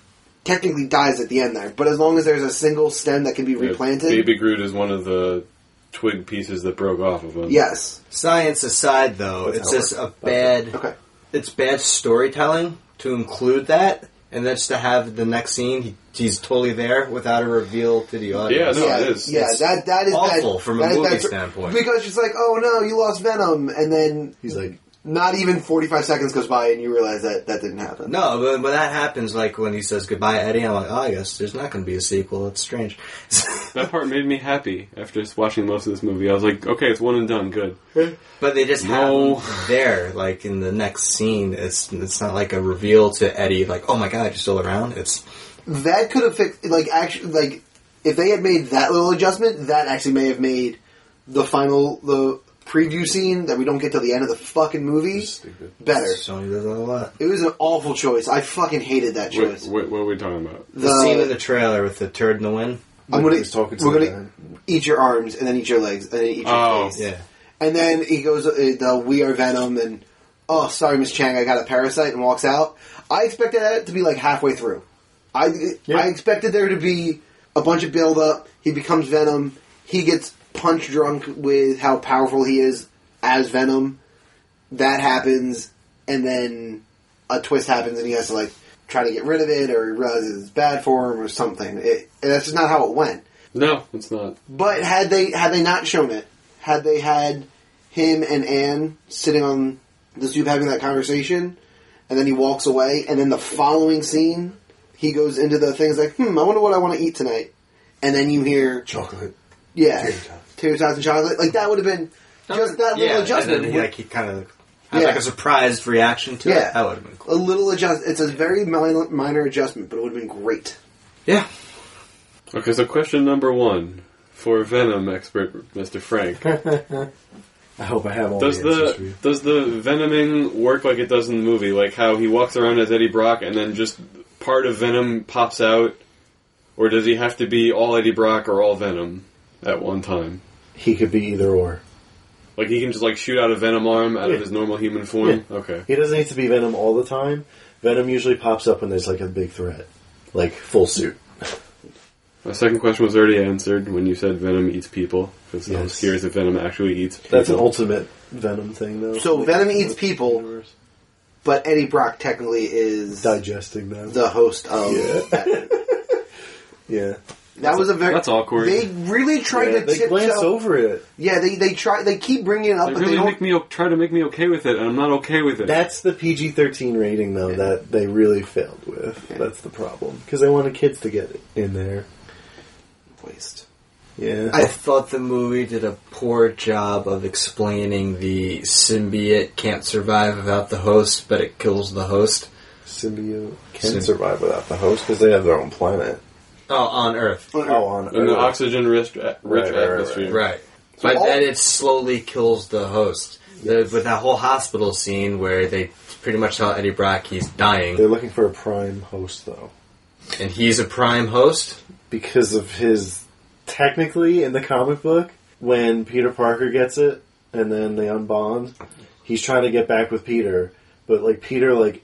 technically dies at the end there. But as long as there's a single stem that can be replanted,
Baby Groot is one of the twig pieces that broke off of him.
yes,
Science aside, though,
That's
it's
how it
just a
works.
bad.
okay,
It's bad storytelling to include that, and then just to have the next scene. He, he's totally there without a reveal to the audience.
No,
yeah,
it is.
yeah.
It's
that that is
awful
bad-
from a
that is
movie
bad-
standpoint.
because it's like, oh no, you lost Venom, and then
He's like,
not even 45 seconds goes by and you realize that that didn't happen.
No, but when that happens, like when he says goodbye, Eddie, I'm like, oh, I guess there's not going to be a sequel. That's strange.
That part made me happy after watching most of this movie. I was like, okay, it's one and done. Good.
But they just
No.
have him there, like in the next scene. It's it's not like a reveal to Eddie, like oh my god, you're still around. It's
That could have fixed, like, actually, like, if they had made that little adjustment, that actually may have made the final, the preview scene that we don't get till the end of the fucking movie
stupid.
better.
Sony does that a lot.
It was an awful choice. I fucking hated that
Wait,
choice.
wait, what are we talking about?
The, scene in the trailer with the turd in the wind.
I'm gonna,
He's talking to
we're
the
gonna eat your arms and then eat your legs and then eat your
Oh.
face.
Yeah,
And then he goes, uh, the, "We are Venom," and oh, sorry, Miss Chang, I got a parasite, and walks out. I expected that to be like halfway through. I
Yeah.
I expected there to be a bunch of build up. He becomes Venom. He gets punch drunk with how powerful he is as Venom. That happens, and then a twist happens, and he has to like try to get rid of it, or he realizes it's bad for him, or something. It, that's just not how it went.
No, it's not.
But had they had they not shown it, had they had him and Anne sitting on the stoop having that conversation, and then he walks away, and then the following scene, he goes into the thing. He's like, "Hmm, I wonder what I want to eat tonight." And then you hear,
chocolate.
"Yeah,
tater tots.
tater tots and chocolate." Like that would have been just that
yeah.
little
And then he,
adjustment.
like he kind of has
Yeah.
like a surprised reaction to
Yeah.
it. That would have been cool.
A little adjust. It's a very minor, minor adjustment, but it would have been great.
Yeah,
Okay, so question number one for Venom expert Mr. Frank:
I hope I have all
Does
the answers for
the
you.
does the venoming work like it does in the movie? Like how he walks around as Eddie Brock and then just part of Venom pops out, or does he have to be all Eddie Brock or all Venom at one time?
He could be either or.
Like he can just like shoot out a Venom arm out
Yeah.
of his normal human form.
Yeah.
Okay,
He doesn't need to be Venom all the time. Venom usually pops up when there's like a big threat, like full suit.
my second question was already answered when you said Venom eats people. Because I'm
Yes.
curious if Venom actually eats. People.
That's an ultimate Venom thing, though.
So
Like,
Venom eats
with
people.
universe.
But Eddie Brock technically is
digesting them.
the host of
Yeah.
that.
yeah,
That was a very
That's awkward.
They really tried
Yeah,
to
they
tiptoe-
glance over it.
Yeah, they they try. They keep bringing it up,
They
but
really
they don't.
make me o- try to make me okay with it, and I'm not okay with it.
That's the PG thirteen rating, though, that they really failed with. That's the problem because they wanted kids to get in there.
waste.
Yeah.
I thought the movie did a poor job of explaining the symbiote can't survive without the host, but it kills the host.
symbiote can
Symb-
survive without the host because they have their own planet.
Oh, on Earth.
Oh, on
In the
Earth.
oxygen rich, rich
Right, right, right,
atmosphere.
Right. But
all-
then it slowly kills the host. The, with that whole hospital scene where they pretty much tell Eddie Brock he's dying,
They're looking for a prime host though,
and he's a prime host.
because of his technically in the comic book when Peter Parker gets it and then they unbond, he's trying to get back with Peter, but like Peter like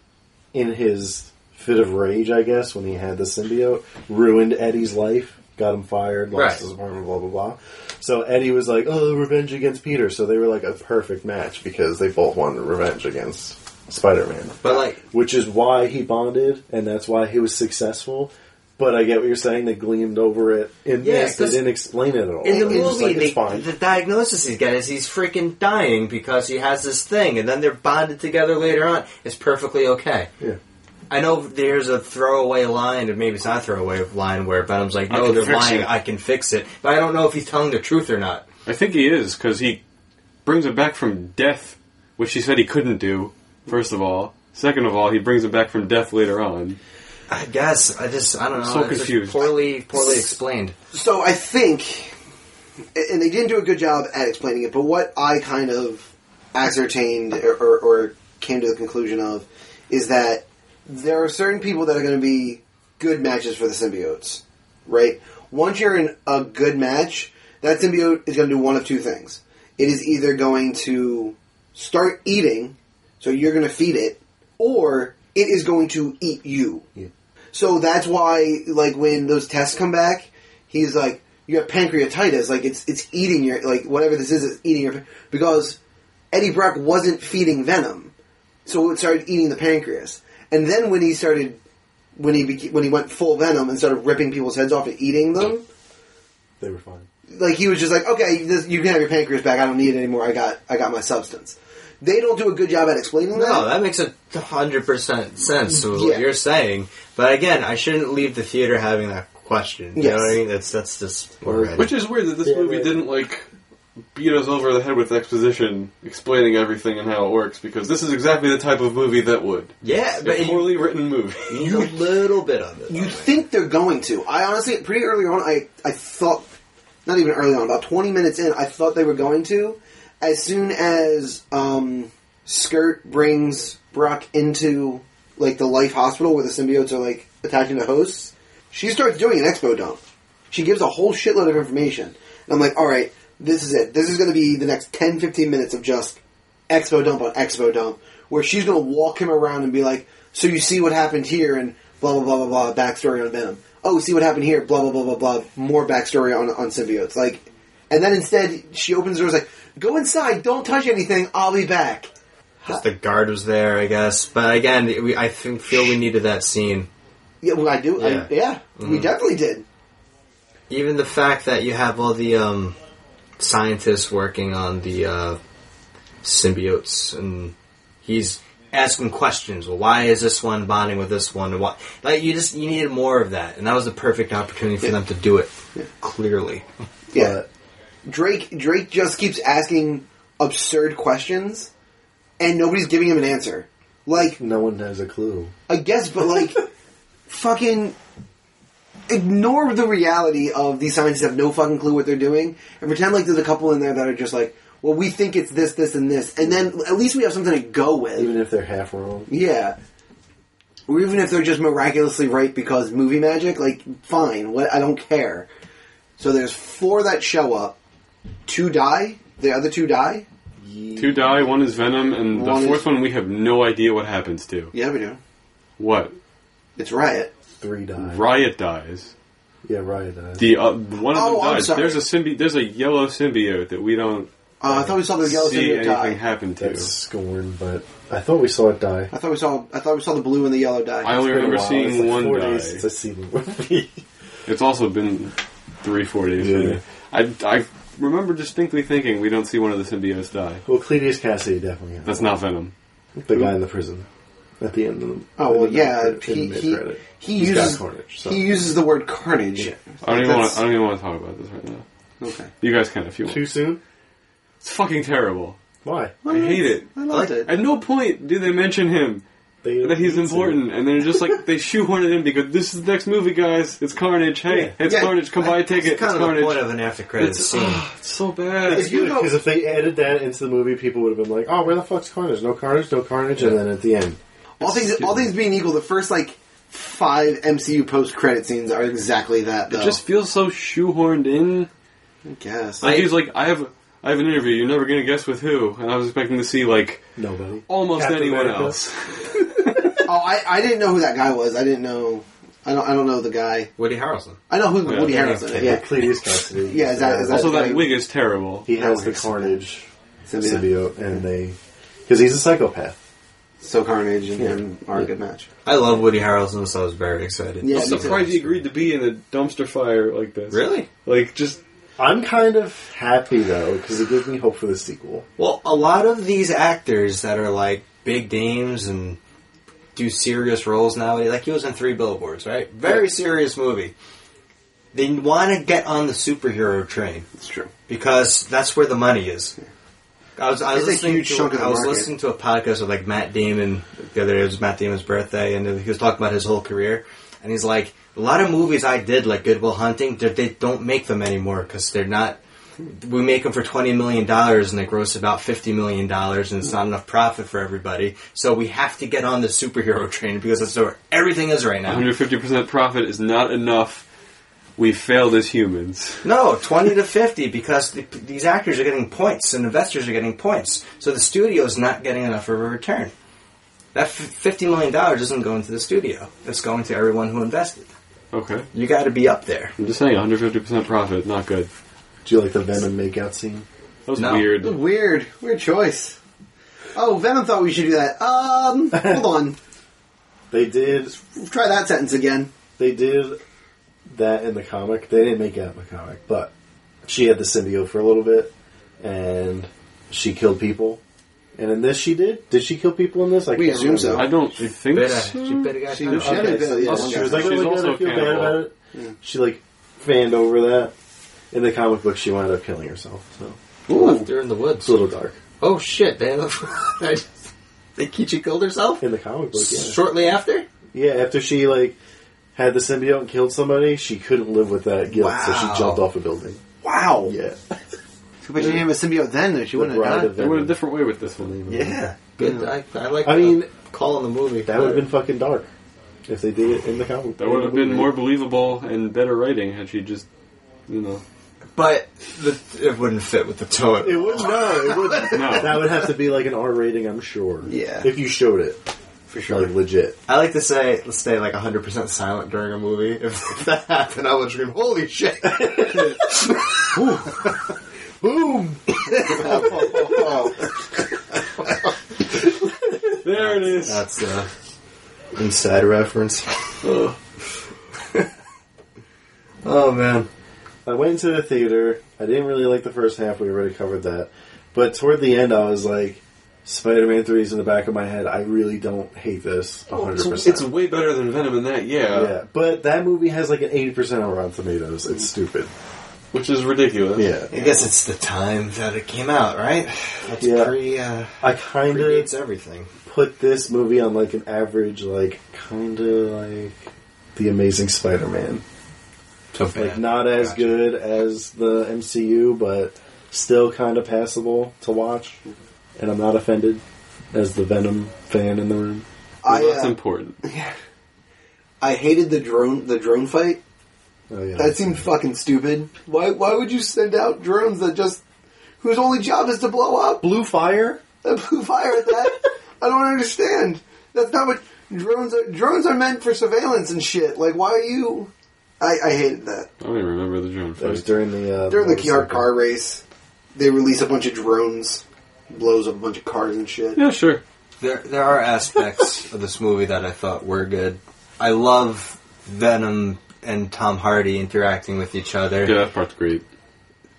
in his fit of rage, I guess, when he had the symbiote, ruined Eddie's life, got him fired, lost
Right.
his apartment, blah blah blah. So Eddie was like, "Oh, revenge against Peter." So they were like a perfect match because they both wanted revenge against Spider-Man
But like,
which is why he bonded and that's why he was successful. But I get what you're saying. They gleamed over it in
Yes,
this.
this-
They didn't explain it at all.
in the
It's just
movie,
like, it's
they-
fine.
the diagnosis he's got is he's freaking dying because he has this thing, and then they're bonded together later on. It's perfectly okay.
Yeah.
I know there's a throwaway line, or maybe it's not a throwaway line, where Venom's like,
I
"No,
can
they're
fix
lying.
it."
I can fix it," but I don't know if he's telling the truth or not.
I think he is because he brings it back from death, which he said he couldn't do. First of all, second of all, he brings it back from death later on.
I guess I just I don't know.
So
It's just
confused.
Poorly, poorly explained.
So I think, and they didn't do a good job at explaining it, but what I kind of ascertained or, or, or came to the conclusion of is that there are certain people that are going to be good matches for the symbiotes, right? Once you're in a good match, that symbiote is going to do one of two things. It is either going to start eating, so you're going to feed it, or it is going to eat you. So that's why, like, when those tests come back, he's like, "You have pancreatitis. Like, it's it's eating your like whatever this is, it's eating your pan-" because Eddie Brock wasn't feeding venom, so it started eating the pancreas. And then when he started, when he beca- when he went full venom and started ripping people's heads off and eating them,
they were fine.
like he was just like, okay, this, you can have your pancreas back. I don't need it anymore. I got I got my substance. They don't do a good job at explaining that.
No, that makes a hundred percent sense to
Yeah.
what you're saying. But again, I shouldn't leave the theater having that question. You
Yes.
know what I mean? That's that's just poor writing.
Which is weird that this
Yeah,
movie
right.
didn't like beat us over the head with exposition, explaining everything and how it works. Because this is exactly the type of movie that would
yeah, but
a
you,
poorly written movie.
you need a little bit of it.
You think they're going to. I honestly, pretty early on, I, I thought, not even early on, about 20 minutes in, I thought they were going to. As soon as um, Skirt brings Brock into, like, the life hospital where the symbiotes are, like, attaching to hosts, she starts doing an expo dump. She gives a whole shitload of information. And I'm like, alright, this is it. This is going to be the next 10, 15 minutes of just expo dump on expo dump, where she's going to walk him around and be like, "So you see what happened here?" and blah blah blah blah blah. Backstory on Venom. Oh, see what happened here? Blah blah blah blah blah. More backstory on on symbiotes. Like, and then instead she opens the door, and is like, "Go inside. Don't touch anything. I'll be back."
Just the guard was there, I guess. But again, we, I think, feel we needed that scene.
Yeah, well, I do. I-
Yeah.
Yeah, we definitely did.
Even the fact that you have all the um, scientists working on the uh, symbiotes, and he's asking questions. Well, why is this one bonding with this one? And why? Like you just you needed more of that, and that was the perfect opportunity for them to do it. Clearly,
Yeah.
But
Drake Drake just keeps asking absurd questions, and nobody's giving him an answer. Like,
no one has a clue.
I guess, but like, fucking ignore the reality of these scientists have no fucking clue what they're doing, and pretend like there's a couple in there that are just like, well, we think it's this, this, and this, and then at least we have something to go with.
Even if they're half wrong,
yeah. Or even if they're just miraculously right because movie magic, like, fine, what, I don't care. So there's four that show up, two die, the other two die.
Two die, one is Venom, and
One
the
is-
fourth one we have no idea what happens to.
Yeah, we do.
What?
It's Riot.
three die.
Riot dies.
Yeah, Riot dies.
The uh, one of
Oh,
them
I'm
dies.
sorry.
There's a symbi- There's a yellow symbiote that we don't
Uh, I thought we saw the yellow
see
symbiote
anything
die.
happen to.
That's scorn, but I thought we saw it die.
I thought we saw. I thought we saw the blue and the yellow die.
I only
It's been a
remember
while.
seeing
It's like
one
four
die.
days since I see the movie.
It's also been three, four days. for
Yeah.
me. I, I remember distinctly thinking we don't see one of the symbiotes die.
well, Cletus Cassidy definitely.
That's not Venom.
the guy in the prison at the end of the.
Oh well,
in the
yeah.
mid-credit-
He,
in the
he,
mid-credit.
he
He's
uses
got carnage. So.
he uses the word carnage.
I don't even want.
That's-
I don't even want to talk about this right now.
Okay.
You guys can if you want.
Too soon?
It's fucking terrible.
Why?
I hate it.
I loved it.
At no point do they mention him
They
that he's
need to.
important, and they're just like they shoehorn it in because this is the next movie, guys. It's Carnage. Hey,
Yeah.
it's
Yeah.
Carnage. Come buy a ticket.
It's
It's,
kind of the point
Carnage.
of an after credits
It's-
scene.
It's so bad.
If you go-
Because if they added that into the movie, people would have been like, "Oh, where the fuck's Carnage? No Carnage, no Carnage," and then at the end,
all things all things being equal, the first like five MCU post credit scenes are exactly that. Though.
It just feels so shoehorned in.
I guess.
Like he's like, I have, I have an interview. You're never gonna guess with who. And I was expecting to see like
nobody.
almost
Captain
anyone
America.
else.
oh, I, I didn't know who that guy was. I didn't know. I don't I don't know the guy.
Woody Harrelson.
I know who
Yeah.
Woody Harrelson. is. Yeah.
Cletus Cassidy.
Yeah, is that- is
also, that
like-
wig is terrible.
he has the
That works.
Carnage
Symbiote.
symbiote, and they because he's a psychopath.
So Carnage and
Yeah.
him are a good match.
I love Woody Harrelson, so I was very excited.
Yeah,
I'm
me too.
surprised he agreed to be in a dumpster fire like this.
Really?
Like just
I'm kind of happy though because it gives me hope for the sequel.
Well, a lot of these actors that are like big names and do serious roles nowadays, like he was in Three Billboards, right? Very serious movie. They want to get on the superhero train
It's true.
because that's where the money is. I was, I was
It's a
listening
huge
to
chunk of the
I was
market.
listening to a podcast of like Matt Damon the other day. It was Matt Damon's birthday, and he was talking about his whole career. And he's like, a lot of movies I did, like Goodwill Hunting, they, they don't make them anymore because they're not. We make them for twenty million dollars, and they gross about fifty million dollars, and it's not enough profit for everybody. So we have to get on the superhero train because that's where everything is right now.
150% profit is not enough. We failed as humans.
No, 20 to 50 because the, these actors are getting points and investors are getting points. So the studio is not getting enough of a return. That f- 50 million dollars isn't going to the studio. It's going to everyone who invested.
Okay.
You got to be up there.
I'm just saying, 150% profit, not good.
Do you like the Venom makeout scene?
That was
No.
weird.
Weird, weird choice. Oh, Venom thought we should do that. Um, hold on.
They did.
Try that sentence again.
They did that in the comic. They didn't make it in the comic, but she had the symbiote for a little bit, and she killed people. And in this, she did. Did she kill people in this? I
We
can't
assume so.
remember.
I don't think
Bit of-
so.
she bit a guy's
She-
hand
she
off.
had a bit of- yeah,
Oh,
one
she
guy.
was like,
She's
"Oh my god,
also
I feel bad
cannibal.
about it." She like fanned over that. In the comic book, she wound up killing herself. So
Left her in the
it's
woods.
a little dark.
Oh shit! They they Kichi killed herself
In the comic book, yeah.
shortly after.
Yeah, after she like had the symbiote and killed somebody, she couldn't live with that guilt, so
Wow.
she jumped off a building.
Wow.
Yeah,
But she didn't have a symbiote then, though. She
the
wouldn't
bride
have
of
died.
They went a
Venom.
different way with this one.
Yeah.
Good. I, I like.
I mean,
calling the movie.
that would have been fucking dark if they did it in the comic.
That would have been
movie.
more believable and better writing had she just, you know.
but the, it wouldn't fit with the tone.
It would no, it wouldn't.
No.
That would have to be like an R rating, I'm sure.
Yeah.
if you showed it
For
like legit.
I like to say, let's stay like 100% silent during a movie. If, if that happened, I would scream, holy shit!
There it is.
That's uh, inside reference. oh man.
I went to the theater. I didn't really like the first half. We already covered that, but toward the end, I was like, Spider-Man Three is in the back of my head. I really don't hate this 100.
It's,
percent
it's way better than Venom in that, yeah.
Yeah, but that movie has like an 80% on Rotten Tomatoes. It's stupid.
Which is ridiculous.
Yeah.
I guess it's the time that it came out, right? That's
Yeah.
pre, uh,
I kind
predates
of
everything.
put this movie on like an average, like, kind of like The Amazing Spider Man.
So
Like, not as good as the MCU, but still kind of passable to watch. And I'm not offended as the Venom fan in the room.
I,
Well, that's
uh,
important.
I hated the drone the drone fight.
Oh, yeah.
That seemed fucking stupid. Why why would you send out drones that just whose only job is to blow up?
Blue Fire?
That blew fire at that. I don't understand. That's not what drones are. Drones are meant for surveillance and shit. Like why are you? I, I hated that
I don't even remember the drone
That was
fight.
during the. Uh,
during the Kiar
motorcycle.
car race. They release a bunch of drones, blows up a bunch of cars and shit.
Yeah, sure.
There, there are aspects of this movie that I thought were good. I love Venom and Tom Hardy interacting with each other.
Yeah, that part's great.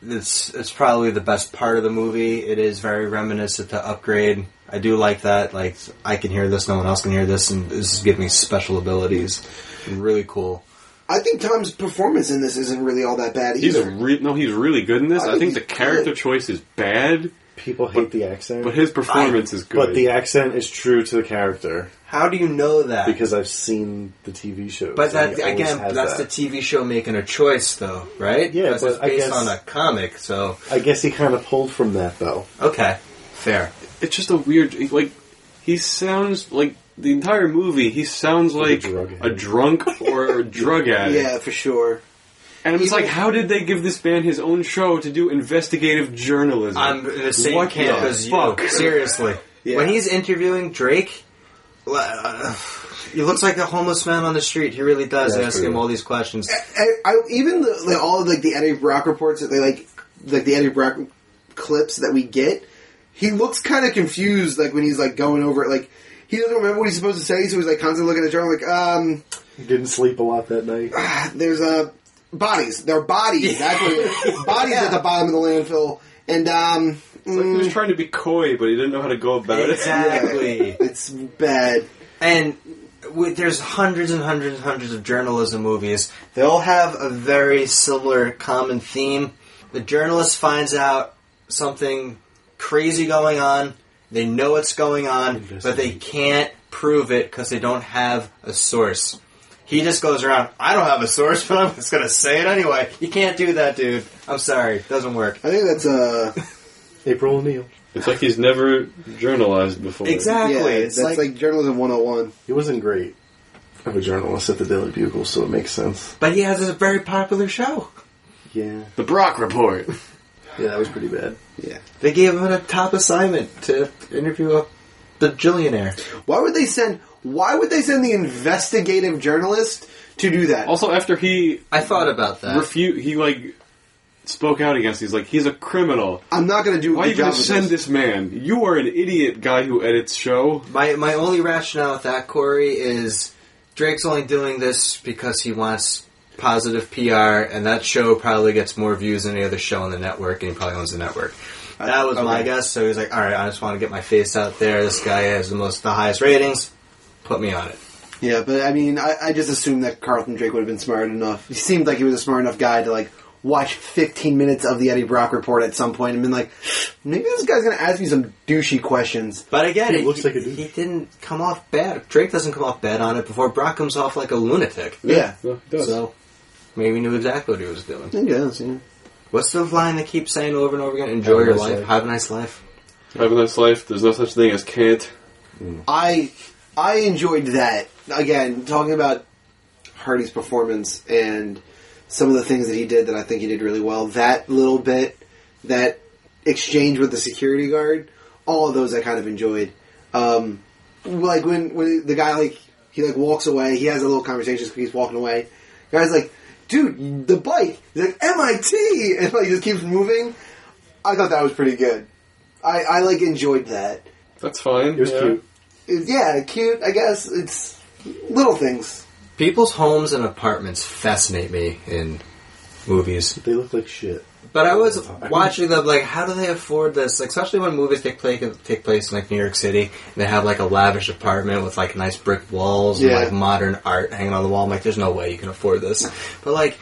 it's it's probably the best part of the movie. It is very reminiscent to Upgrade. I do like that. Like I can hear this, no one else can hear this, and this is giving me special abilities. Really cool.
I think Tom's performance in this isn't really all that bad
He's
either.
re- no, he's really good in this.
I
I, think
think
the
he's
character
good.
choice is bad,
People hate the accent,
but his performance is good.
but the accent is true to the character
How do you know that?
because I've seen the TV show.
but that again, that's the TV show making a choice, though, right?
Yeah,
Because
but
it's
I
based
guess-
on a comic. So
I guess he kind of pulled from that though.
okay, fair.
it's just a weird like he sounds like the entire movie. He sounds like
a drug
a
addict.
drunk or a drug addict.
yeah, for sure.
And it's like, how did they give this man his own show to do investigative journalism?
I'm in the same
What
camp
the
as you.
fuck?
Seriously,
Yeah.
when he's interviewing Drake, l- uh, he looks like a homeless man on the street. He really does.
Yeah,
They ask him
true.
all these questions.
I, I even the, like, all of like the Eddie Brock reports that they like, like the Eddie Brock clips that we get. He looks kind of confused, like when he's like going over it. Like he doesn't remember what he's supposed to say, so he's like constantly looking at the journal, like um,
He didn't sleep a lot that night.
there's uh, bodies. There are bodies. Actually, bodies at the bottom of the landfill, and um,
Like, he
mm,
was trying to be coy, but he didn't know how to go about
Exactly.
it.
Exactly.
it's bad.
And with, there's hundreds and hundreds and hundreds of journalism movies. They all have a very similar common theme. The journalist finds out something crazy going on. They know what's going on, but they can't prove it because they don't have a source. He just goes around, I don't have a source, but I'm just going to say it anyway. You can't do that, dude. I'm sorry. Doesn't work.
I think that's uh,
April O'Neil.
It's like he's never journalized before.
Exactly.
yeah,
it's
that's like,
like,
journalism 101.
He wasn't great of a journalist at the Daily Bugle, so it makes sense.
but he has a very popular show.
Yeah,
The Brock Report.
yeah, that was pretty bad.
Yeah.
They gave him a top assignment to interview a bajillionaire.
Why would they send? Why would they send the investigative journalist to do that?
Also, after he
I thought about that.
refu- he like spoke out against. He's like, he's a criminal.
I'm not going to do. a
Why are
good
you going
job
to
with
send this man? You are an idiot, guy who edits show.
my my only rationale with that, Corey, is Drake's only doing this because he wants positive PR, and that show probably gets more views than any other show on the network, and he probably owns the network. That was my
okay.
guess. So he's like, "All right, I just want to get my face out there. This guy has the most, the highest ratings. Put me on it."
Yeah, but I mean, I, I just assumed that Carlton Drake would have been smart enough. He seemed like he was a smart enough guy to like watch 15 minutes of the Eddie Brock report at some point and been like, maybe this guy's going to ask me some douchey questions.
But again,
He
it,
looks
he,
like a dude.
he didn't come off bad. Drake doesn't come off bad on it before Brock comes off like a lunatic.
Yeah,
So maybe he knew exactly what he was doing.
I guess. Yeah.
What's the line they keep saying over and over again? Enjoy
Have a
your
nice
life.
life.
Have a nice life.
Have a nice life. There's no such thing as can't.
I I enjoyed that. Again, talking about Hardy's performance and some of the things that he did that I think he did really well. That little bit, that exchange with the security guard, all of those I kind of enjoyed. Um, like when when the guy like he like walks away, he has a little conversation. as He's walking away. guy's like, "Dude, the bike." He's like, "MIT," and like just keeps moving. I thought that was pretty good. I, I like enjoyed that.
That's fine.
It was
yeah.
cute.
It- yeah, cute. I guess it's little things.
People's homes and apartments fascinate me in movies.
They look like shit.
But I was watching them like, how do they afford this? Like, especially when movies take place take place in like New York City, and they have like a lavish apartment with like nice brick walls and
Yeah.
like modern art hanging on the wall. I'm like, there's no way you can afford this. But like,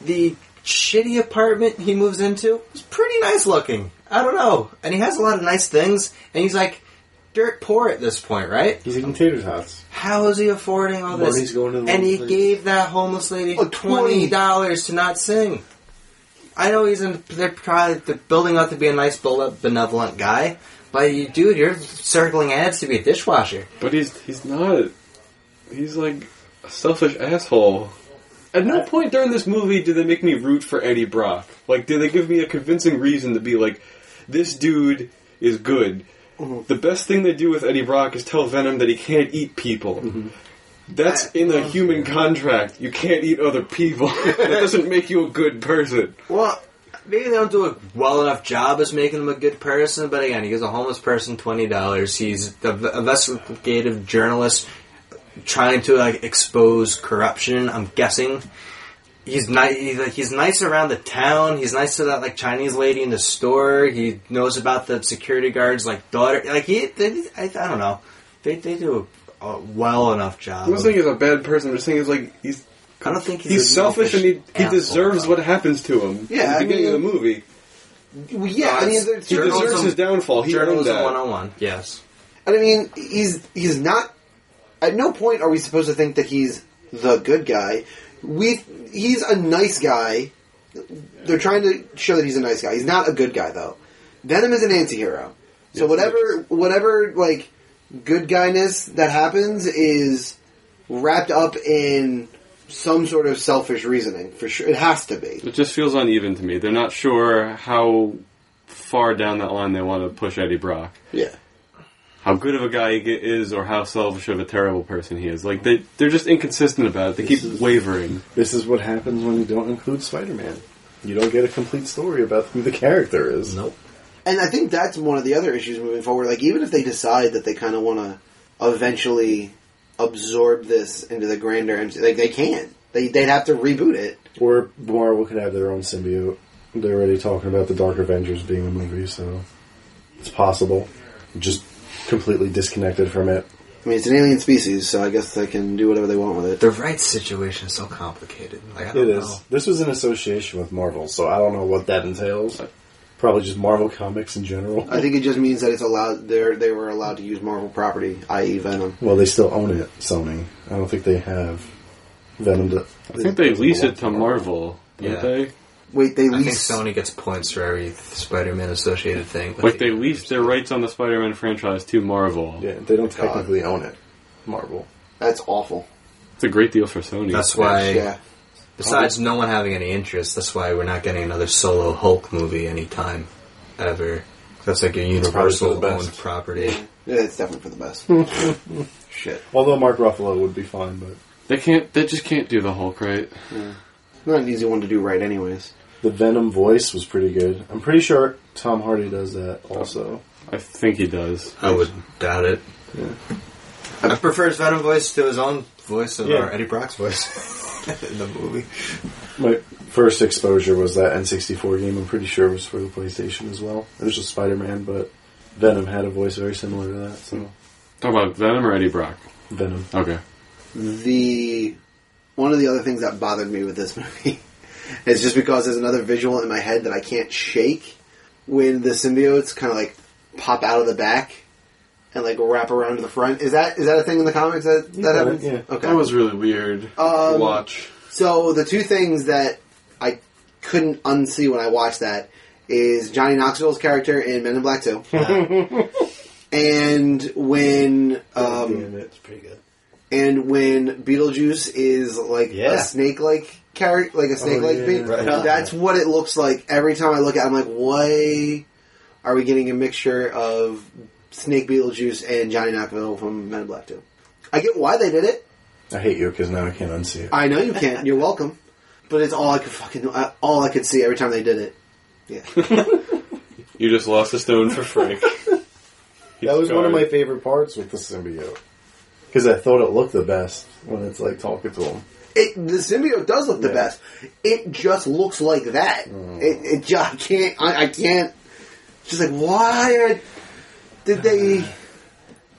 the shitty apartment he moves into is pretty nice looking. I don't know, and he has a lot of nice things, and he's like dirt poor at this point, right?
He's eating tater tots.
How is he affording all this?
Money's going to the
and
wrong
he
place.
gave that homeless lady
Oh,
twenty
20.
dollars to not sing. I know he's in. They're probably they're building up to be a nice, bele- benevolent guy, but you, dude, you're circling ads to be a dishwasher.
But he's he's not. He's like a selfish asshole. At no point during this movie do they make me root for Eddie Brock. Like, do they give me a convincing reason to be like, this dude is good? The best thing they do with Eddie Brock is tell Venom that he can't eat people. That's in a human contract. You can't eat other people. that doesn't make you a good person.
Well, maybe they don't do a well enough job as making him a good person, but again, he gives a homeless person twenty dollars. He's the v- investigative journalist trying to like expose corruption. I'm guessing. He's nice. He's, like, he's nice around the town. He's nice to that like Chinese lady in the store. He knows about the security guard's like daughter. Like he, they, I, I don't know. They they do a, a well enough job.
I'm not saying he's a bad person. I'm just saying he's like he's
I don't think he's,
He's
a
selfish and he, he
asshole,
deserves
though.
what happens to him.
Yeah,
at
I
the beginning of
mean-
the movie,
Well, yeah, I mean,
he
they're-
Journalism-
deserves his downfall. He earned
Journalism
that.
one oh- on one. Yes.
and I mean, he's he's not. At no point are we supposed to think that he's the good guy. We he's a nice guy. They're trying to show that he's a nice guy. He's not a good guy though. Venom is an anti-hero. So whatever whatever like good guyness that happens is wrapped up in some sort of selfish reasoning for sure. It has to be.
It just feels uneven to me. They're not sure how far down that line they want to push Eddie Brock.
Yeah.
How good of a guy he ge- is, or how selfish of a terrible person he is. Like they, they're just inconsistent about it. They keep wavering.
This is what happens when you don't include Spider-Man. You don't get a complete story about who the character is.
Nope.
And I think that's one of the other issues moving forward. Like, even if they decide that they kind of want to eventually absorb this into the grander MC, like they can't. They they'd have to reboot it.
Or Marvel could have their own symbiote. They're already talking about the Dark Avengers being a movie, so it's possible. Just completely disconnected from it.
I mean, it's an alien species, so I guess they can do whatever they want with it.
The rights situation is so complicated. Like I
It
don't know.
is. This was in association with Marvel, so I don't know what that entails. Probably just Marvel comics in general.
I think it just means that it's allowed. They are they were allowed to use Marvel property, i.e., Venom.
Well, they still own it, Sony. I don't think they have Venom. To,
I think they lease it to Marvel, don't
Yeah.
they?
Wait, they
I think
leased.
Sony gets points for every Spider-Man associated thing. but
Like they leased their rights on the Spider-Man franchise to Marvel.
Yeah, they don't
God.
technically own it. Marvel.
That's awful.
It's a great deal for Sony.
That's why.
Yeah.
Besides no one having any interest, that's why we're not getting another solo Hulk movie anytime ever. That's like a
probably for the
universal
best.
owned property.
Yeah, it's definitely for the best. Shit.
Although Mark Ruffalo would be fine, but
they can't. They just can't do the Hulk right.
Not an easy one to do right, anyways.
the Venom voice was pretty good. I'm pretty sure Tom Hardy does that also.
I think he does.
I would doubt it. I prefer his Venom voice to his own voice of
Yeah.
or Eddie Brock's voice in the movie.
My first exposure was that N64 game. I'm pretty sure it was for the PlayStation as well. It was just Spider-Man, but Venom had a voice very similar to that. So
Talk about Venom or Eddie Brock.
Venom.
Okay.
the one of the other things that bothered me with this movie is just because there's another visual in my head that I can't shake when the symbiotes kind of like pop out of the back and like wrap around to the front. Is that is that a thing in the comics that that
Yeah,
happens?
yeah.
Okay.
That was really weird to
Um,
watch.
so the two things that I couldn't unsee when I watched that is Johnny Knoxville's character in Men in Black Two, and when um,
it, it's pretty good.
and when Beetlejuice is like
Yeah.
a snake like character, like a snake like
yeah,
being,
right on.
that's what it looks like every time I look at. it. I'm like, why are we getting a mixture of Snake Beetlejuice and Johnny Knoxville from Men in Black Two? I get why they did it.
I hate you because now I can't unsee it.
I know you can't. You're welcome. But it's all I could fucking I- all I could see every time they did it. Yeah,
You just lost a stone for Frank.
that was one of my favorite parts with the symbiote because I thought it looked the best when it's like talking to him.
it, the symbiote does look the
Yeah. Mm.
best. It just looks like that. It, it just I can't. I, I can't. She's like, why are, did they?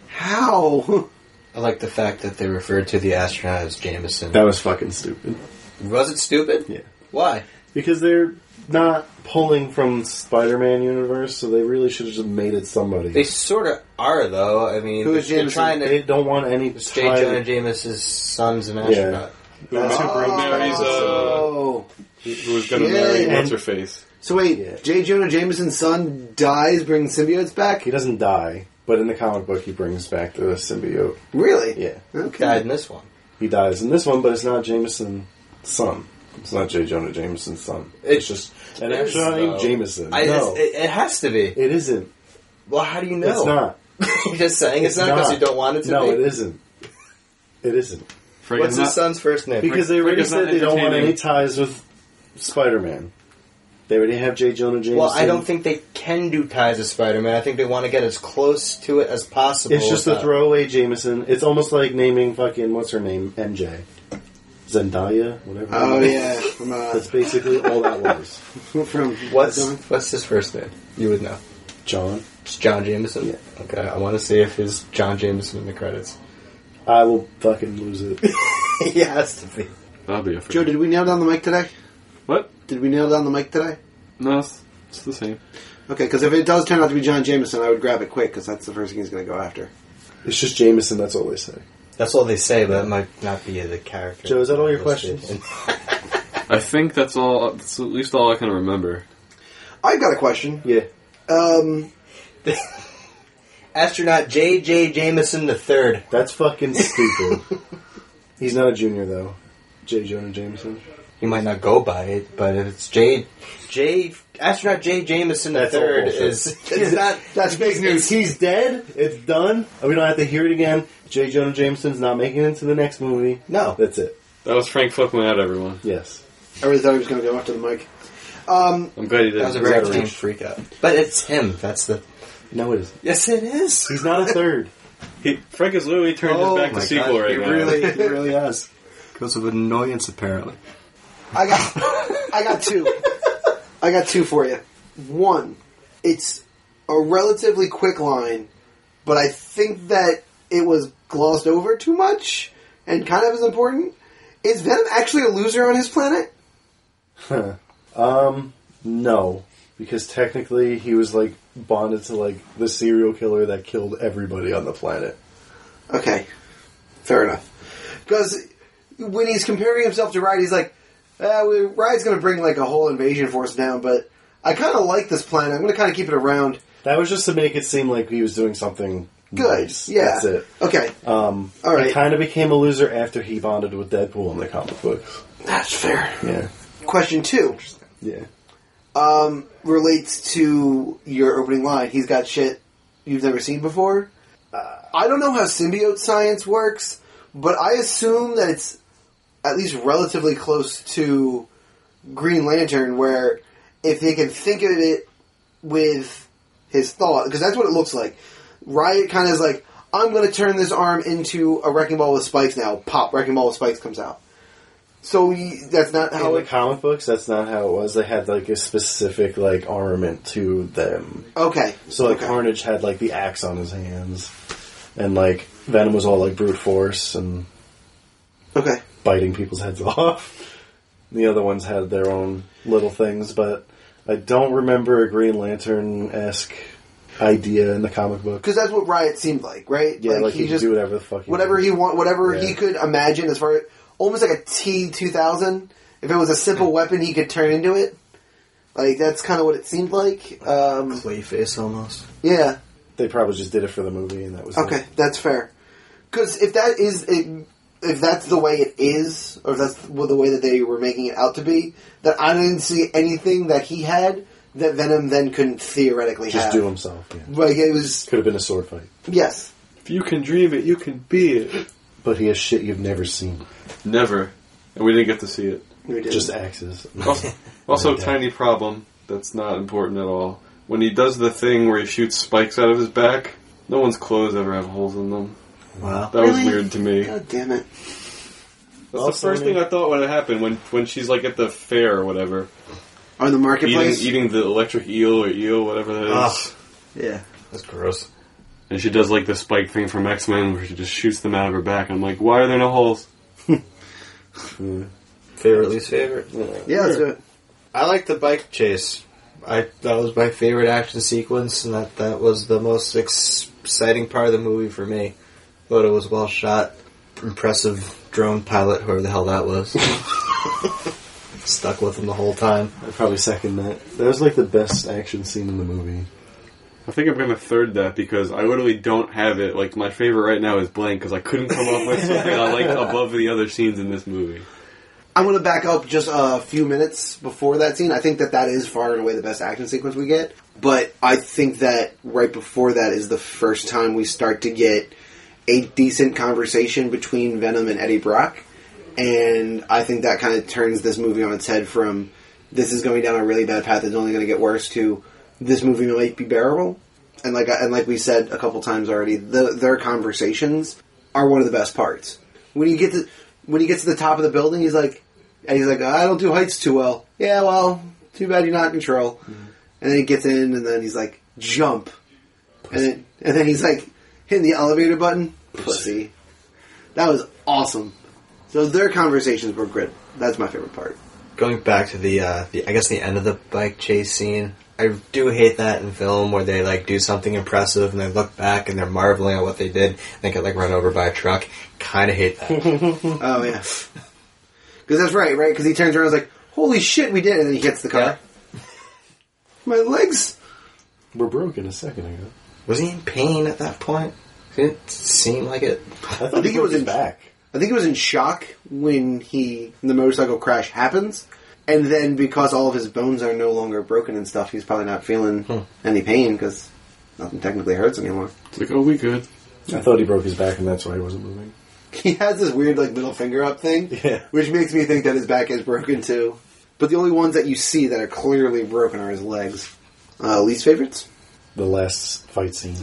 How?
I like the fact that they referred to the astronaut as Jameson.
That was fucking stupid.
Was it stupid?
Yeah.
Why?
Because they're not pulling from Spider-Man universe, so they really should have just made it somebody.
They sort of are, though. I mean,
Who is
they're
Jameson?
trying
They
to
don't want any
J.
tie-
Jonah Jameson's son's an astronaut.
Who, who
Ah,
marries, uh,
Oh.
who was going to
Shit.
marry
And-
what's her face?
So wait,
Yeah.
J. Jonah Jameson's son dies, brings symbiotes back.
He doesn't die, but in the comic book, he brings back the symbiote.
Really?
Yeah,
Okay.
Died in this one.
he dies in this one, but it's not Jameson's son. It's not J. Jonah Jameson's son. It's,
It's
just an extra named Jameson.
I,
no,
it's- it, it has to be.
it isn't.
Well, how do you know?
It's not.
You're just saying it's, not because you don't want it to
no,
be.
it isn't. It isn't
Frank
What's
is
his
not-
son's first name?
because they already
Rick is not
said they don't want
entertaining.
any ties with Spider-Man. They already have J. Jonah Jameson.
well, I don't think they can do ties with Spider-Man. I think they want to get as close to it as possible.
It's just a
without-
throwaway Jameson. It's almost like naming fucking what's her name MJ, Zendaya, whatever.
Oh yeah, from uh,
That's basically all that was.
from
What's what's his first name? You would know.
John,
It's John Jameson.
Yeah.
Okay, I want to see if his John Jameson in the credits.
I will fucking lose it.
he has to be.
That'll be a first.
Joe, did we nail down the mic today?
What?
Did we nail down the mic today?
No, it's, it's the same.
Okay, because if it does turn out to be John Jameson, I would grab it quick because that's the first thing he's going to go after.
It's just Jameson. That's all they say.
That's all they say, but that might not be the character.
Joe, is that all your
listed.
questions?
I think that's all. That's at least all I can remember.
I've got a question.
Yeah.
Um,
Astronaut J.J. Jameson III.
That's fucking stupid. He's not a junior though. J. Jonah Jameson.
He might not go by it, but if it's J. J. Astronault J. Jameson
That's
III
all bullshit.
is. is not,
that's big news.
He's dead. It's done. We don't have to hear it again. J. Jonah Jameson's not making it into the next movie.
no.
That's it.
That was Frank flipping out, everyone.
Yes.
I really thought he was going to go after the mic. Um,
I'm glad you did.
That was a very clean freak out. But it's him. That's the.
No, it isn't.
Yes, it is.
He's not a third.
He, Frank has literally turned
Oh
his back
my
to sequel
God,
right
he
now.
Really, he really has. Because of annoyance, apparently.
I got, I got two. I got two for you. One, it's a relatively quick line, but I think that it was glossed over too much and kind of is important. Is Venom actually a loser on his planet?
Um, no, because technically he was like bonded to like the serial killer that killed everybody on the planet.
Okay, fair enough. Because when he's comparing himself to Ride, he's like, eh, we- Ride's going to bring like a whole invasion force down, but I kind of like this planet. I'm going to kind of keep it around.
That was just to make it seem like he was doing something
Good.
nice.
Yeah.
That's it.
Okay.
Um,
All right.
He kind of became a loser after he bonded with Deadpool in the comic books.
That's fair.
Yeah.
Question two.
Yeah.
um, relates to your opening line. He's got shit you've never seen before. Uh, I don't know how symbiote science works, but I assume that it's at least relatively close to Green Lantern, where if he can think of it with his thought, because that's what it looks like. Riot kind of is like, I'm going to turn this arm into a wrecking ball with spikes now. Pop, wrecking ball with spikes comes out. So y that's not
In
how
the
it.
comic books, that's not how it was. They had like a specific like armament to them.
Okay.
So like
okay.
Carnage had like the axe on his hands, and like Venom was all like brute force and
Okay.
biting people's heads off. The other ones had their own little things, but I don't remember a Green Lantern esque idea in the comic book.
because that's what Riot seemed like, right?
Yeah, like, he could
just
do whatever the fuck he
whatever he want, whatever
Yeah.
he could imagine as far almost like a T two thousand. If it was a simple weapon, he could turn into it. Like that's kind of what it seemed like. Um,
Clayface almost.
yeah.
They probably just did it for the movie, and that was it.
Okay, that's fair. Because if that is it, if that's the way it is, or if that's the the way that they were making it out to be, that I didn't see anything that he had that Venom then couldn't theoretically
Just
have.
do himself. Yeah.
Like it was
Could have been a sword fight,
yes.
If you can dream it, you can be it.
but he has shit you've never seen.
Never, and we didn't get to see it.
We did.
Just axes.
Also, also
Yeah.
tiny problem that's not important at all. When he does the thing where he shoots spikes out of his back, no one's clothes ever have holes in them.
Wow.
That was
Really?
weird to me.
God damn it.
That's
Also,
the first
I mean-
thing I thought when it happened when when she's like at the fair or whatever,
On the
eating
marketplace,
eating the electric eel or eel whatever that is,
Ugh.
yeah.
That's gross.
and she does like the spike thing from X Men where she just shoots them out of her back. I'm like, why are there no holes?
Favorite, least favorite?
Yeah, let's do it.
I like the bike chase. I that was my favorite action sequence, and that that was the most ex- exciting part of the movie for me. Thought it was well shot, impressive drone pilot, whoever the hell that was. Stuck with him the whole time.
I probably second that. That was like the best action scene in the movie.
I think I'm gonna third that because I literally don't have it. Like my favorite right now is blank because I couldn't come up with something I liked above the other scenes in this movie.
I'm going to back up just a few minutes before that scene. I think that that is far and away the best action sequence we get, but I think that right before that is the first time we start to get a decent conversation between Venom and Eddie Brock, and I think that kind of turns this movie on its head from this is going down a really bad path that's only going to get worse to this movie might be bearable. And like I- and like we said a couple times already, the, their conversations are one of the best parts. When you get to when he gets to the top of the building, he's like, and he's like, I don't do heights too well. Yeah, well, too bad you're not in control. And then he gets in, and then he's like, jump, and then and then he's like, hitting the elevator button, pussy. That was awesome. So their conversations were good. That's my favorite part.
Going back to the, uh, the, I guess the end of the bike chase scene, I do hate that in film where they like do something impressive and they look back and they're marveling at what they did. And they get like run over by a truck. Kind of hate that.
Oh yeah, because that's right, right? Because he turns around, and is like, "Holy shit, we did!" it," And then he hits the car.
Yeah.
My legs.
We're broken a second ago.
Was he in pain at that point? Didn't seem like it.
I,
think
thought
it
he was
was
his
in-
back.
I think he was in shock when he when the motorcycle crash happens, and then because all of his bones are no longer broken and stuff, he's probably not feeling any pain because nothing technically hurts anymore.
It's like, oh, we good.
I thought he broke his back, and that's why he wasn't moving.
He has this weird like middle finger up thing,
Yeah.
which makes me think that his back is broken too. But the only ones that you see that are clearly broken are his legs. Uh, least favorites.
The last fight scene.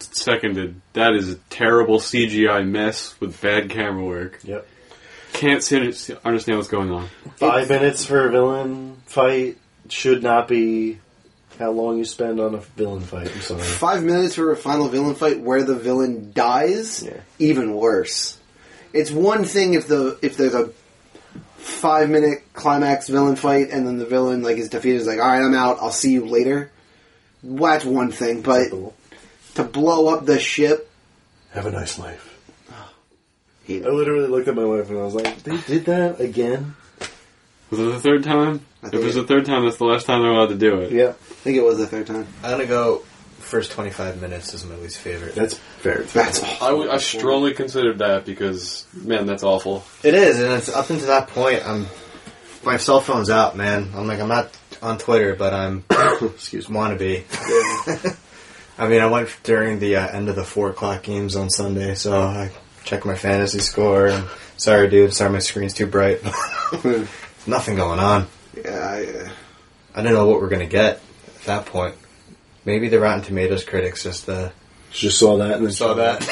Seconded. That is a terrible CGI mess with bad camera work.
Yep.
Can't see- understand what's going on.
Five minutes for a villain fight should not be how long you spend on a villain fight. I'm sorry.
Five minutes for a final villain fight where the villain dies.
Yeah.
Even worse. It's one thing if the if there's a five minute climax villain fight and then the villain like is defeated. Is like, all right, I'm out. I'll see you later. Well, That's one thing, but to blow up the ship.
Have a nice life.
He,
Oh.
I literally looked at my wife and I was like, "They did that again."
Was it the third time?
I
If
think
it was
it-
the third time, that's the last time they're allowed to do it.
Yeah,
I think it was the third time.
I'm gonna go first 25 minutes is my least favorite.
that's fair.
That's all.
I, would, I strongly considered that because, man, that's awful.
It is, and it's up until that point. I'm my cell phone's out, man. I'm like I'm not on Twitter, but I'm excuse wannabe. I mean, I went during the uh, end of the four o'clock games on Sunday, so I checked my fantasy score. And, sorry, dude. Sorry, my screen's too bright. Nothing going on.
Yeah, I, uh,
I didn't know what we're gonna get at that point. Maybe the Rotten Tomatoes critics just uh,
Just saw that and then
saw that.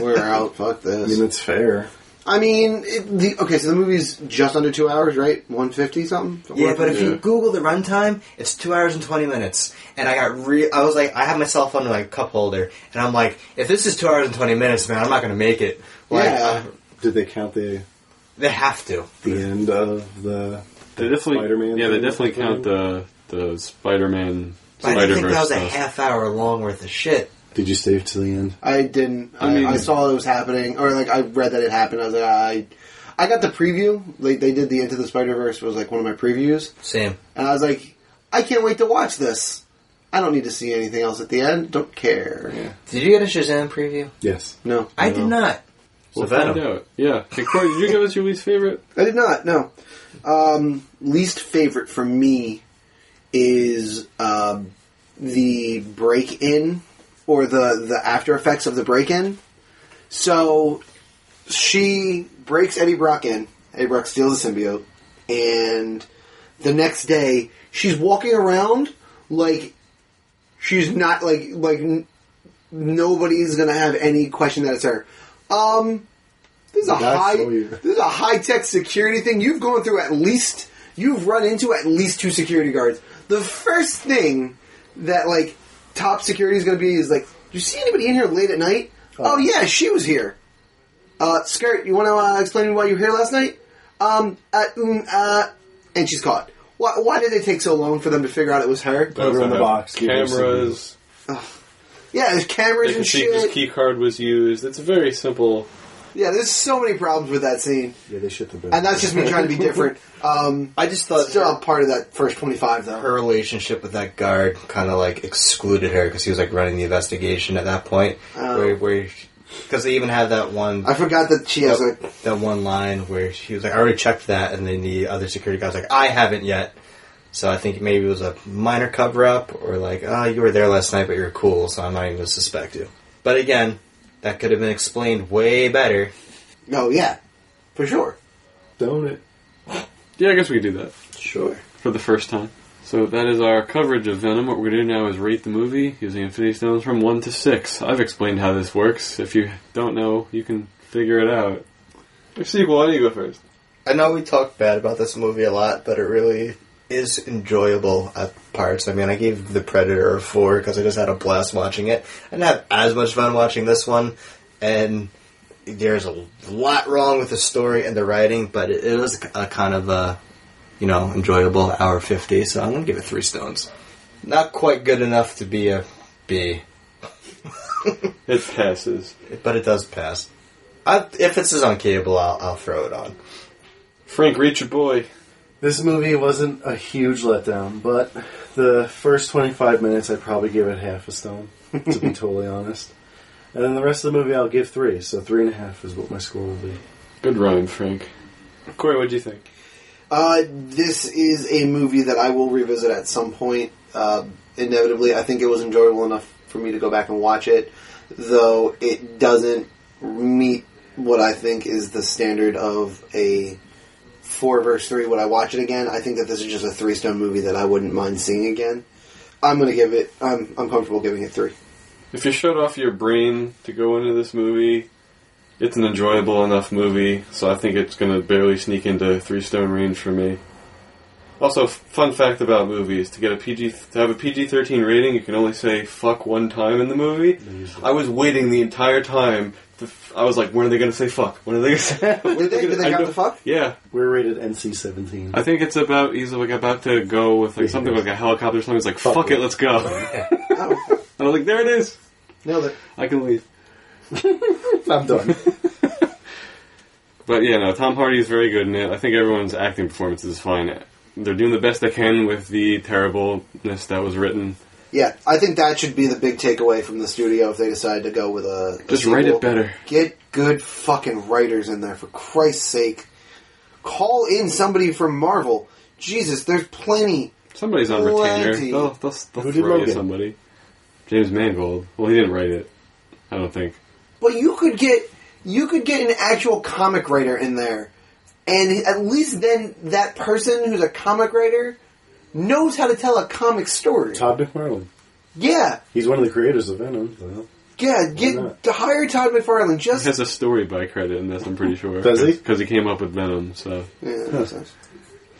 we're out. Fuck
I mean,
this.
that's fair.
I mean, it, the, okay, so the movie's just under two hours, right? One fifty something.
Yeah, but if
Yeah.
you Google the runtime, it's two hours and twenty minutes. And I got re- I was like, I have my cell phone in my cup holder, and I'm like, if this is two hours and twenty minutes, man, I'm not gonna make it. Like,
Yeah.
uh,
Did they count the
they have to.
the end of the?
They definitely,
Spider-Man
yeah, they
thing?
definitely count the the Spider-Man,
But I think that
Spider-Verse
was a
stuff.
half hour long worth of shit.
Did you stay to the end?
I didn't. I,
I mean-
I saw it was happening, or like I read that it happened. I was like, I, I got the preview. Like they did the Into the Spider Verse was like one of my previews,
Same.
and I was like, I can't wait to watch this. I don't need to see anything else at the end. Don't care.
Did you get a Shazam preview?
Yes.
No,
I did not.
We'll
So Venom.
find out. Yeah. Hey, Corey, did you give us your least favorite?
I did not. No. Um, least favorite for me is um, the break in or the the after effects of the break in. So she breaks Eddie Brock in. Eddie Brock steals the symbiote, and the next day she's walking around like she's not like like n- nobody's gonna have any question that it's her. Um, this is a
That's
high
so weird.
this is a high tech security thing. You've gone through at least you've run into at least two security guards. The first thing that like top security is gonna be is like, do you see anybody in here late at night? Oh, yeah, she was here. Uh, skirt, you want to uh, explain to me why you were here last night? Um, uh, mm, uh, and she's caught. Why, why did it take so long for them to figure out it was her?
Over in the box, give us
Cameras.
Yeah, there's
They
cameras
can
and
see whose
shit.
key card was used. It's very simple.
yeah, there's so many problems with that scene,
Yeah, they shit the bed.
and that's just me trying to be different. Um,
I just thought
still, I'm part of that first 25 though.
her relationship with that guard kind of like excluded her because he was like running the investigation at that point.
Oh.
Where, where, because they even had that one.
I forgot that she has a.
that one line where she was like, "I already checked that," and then the other security guy was like, "I haven't yet." So I think maybe it was a minor cover up, or like, "Ah, you were there last night, but you're cool, so I'm not even gonna suspect you." But again, that could have been explained way better.
No, oh, yeah, for sure,
Don't it?
Yeah, I guess we could do that
sure.
for the first time. So that is our coverage of Venom. What we're going to do now is rate the movie using Infinity Stones from 1 to 6. I've explained how this works. If you don't know, you can figure it out. Steve, why don't you go first?
I know we talk bad about this movie a lot, but it really is enjoyable at parts. I mean, I gave The Predator a four because I just had a blast watching it. I didn't have as much fun watching this one, and there's a lot wrong with the story and the writing, but it, it was a kind of a you know enjoyable hour fifty. So I'm gonna give it three stones. Not quite good enough to be a B,
It passes.
but it does pass. I, if this is on cable, I'll, I'll throw it on.
Frank, reach your boy.
This movie wasn't a huge letdown, but the first 25 minutes I probably give it half a stone, to be totally honest. And then the rest of the movie I'll give three, so three and a half is what my score will be.
Good rhyme, Frank. Corey, what'd you think?
Uh, this is a movie that I will revisit at some point. Uh, inevitably, I think it was enjoyable enough for me to go back and watch it, though it doesn't meet what I think is the standard of a four verse three. When I watch it again, I think that this is just a three stone movie that I wouldn't mind seeing again. I'm gonna give it. I'm I'm comfortable giving it three.
If you shut off your brain to go into this movie, it's an enjoyable enough movie, so I think it's going to barely sneak into three stone range for me. Also, f- fun fact about movies: to get a PG, to have a PG thirteen rating, you can only say "fuck" one time in the movie. I was waiting the entire time. To f- I was like, "When are they going to say fuck? When are they going to say?"
Did they, did they
I
count
know-
the fuck?
Yeah,
We're rated NC 17.
I think it's about he's like about to go with like something like a helicopter or something. He's like, "Fuck, it, let's go."
Oh,
And I'm like, "There it is.
no, that
I can leave."
I'm done.
But yeah, no, Tom Hardy is very good in it. I think everyone's acting performance is fine. They're doing the best they can with the terribleness that was written.
yeah, I think that should be the big takeaway from the studio if they decide to go with a, a
Just write
sequel.
it better.
Get good fucking writers in there, for Christ's sake. Call in somebody from Marvel. Jesus, there's plenty.
Somebody's on retainer.
Plenty.
They'll, they'll,
Who
they'll
did
throw you
Logan?
somebody. James Mangold. Well, he didn't write it. I don't think.
But you could get you could get an actual comic writer in there, and at least then that person who's a comic writer knows how to tell a comic story.
Todd McFarlane.
Yeah,
He's one of the creators of Venom. So.
yeah.
not?
Get to hire Todd McFarlane.
He
Just
has a story by credit in this, I'm pretty sure.
Does he?
Because he came up with Venom, so.
yeah, that makes sense.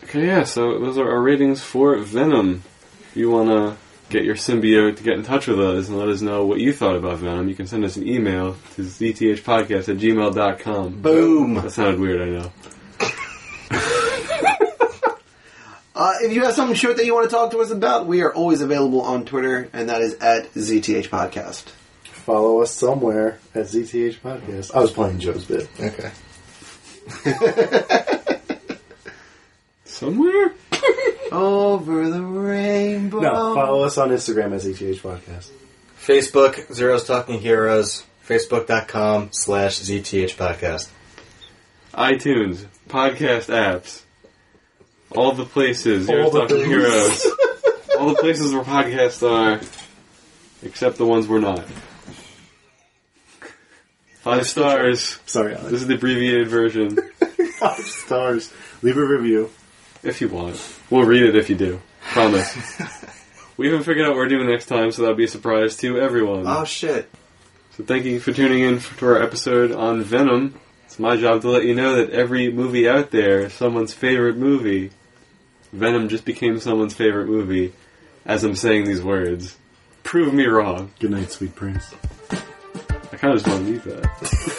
Okay, yeah, so those are our ratings for Venom. If you want to get your symbiote to get in touch with us and let us know what you thought about Venom, you can send us an email to zthpodcast at gmail.com.
Boom.
That sounded weird, I know.
Uh, if you have something short that you want to talk to us about, we are always available on Twitter, and that is at ZTH Podcast.
Follow us somewhere at ZTH Podcast. I was playing Joe's bit.
Okay.
Somewhere?
Over the rainbow.
No, follow us on Instagram at ZTH Podcast.
Facebook Zeros Talking Heroes. Facebook.com slash ZTH podcast.
iTunes, podcast apps, all the places, Heroes
the
Talking
things.
Heroes, all the places where podcasts are, except the ones we're not. Five stars.
Sorry, Alex.
This is the abbreviated version,
Five stars. Leave a review.
if you want. We'll read it if you do. Promise. We haven't figured out what we're doing next time, so that'll be a surprise to everyone.
Oh shit.
So thank you for tuning in f- to our episode on Venom. It's my job to let you know that every movie out there is someone's favorite movie. Venom just became someone's favorite movie as I'm saying these words. Prove me wrong.
Good night, sweet prince.
I kind of just want to leave that.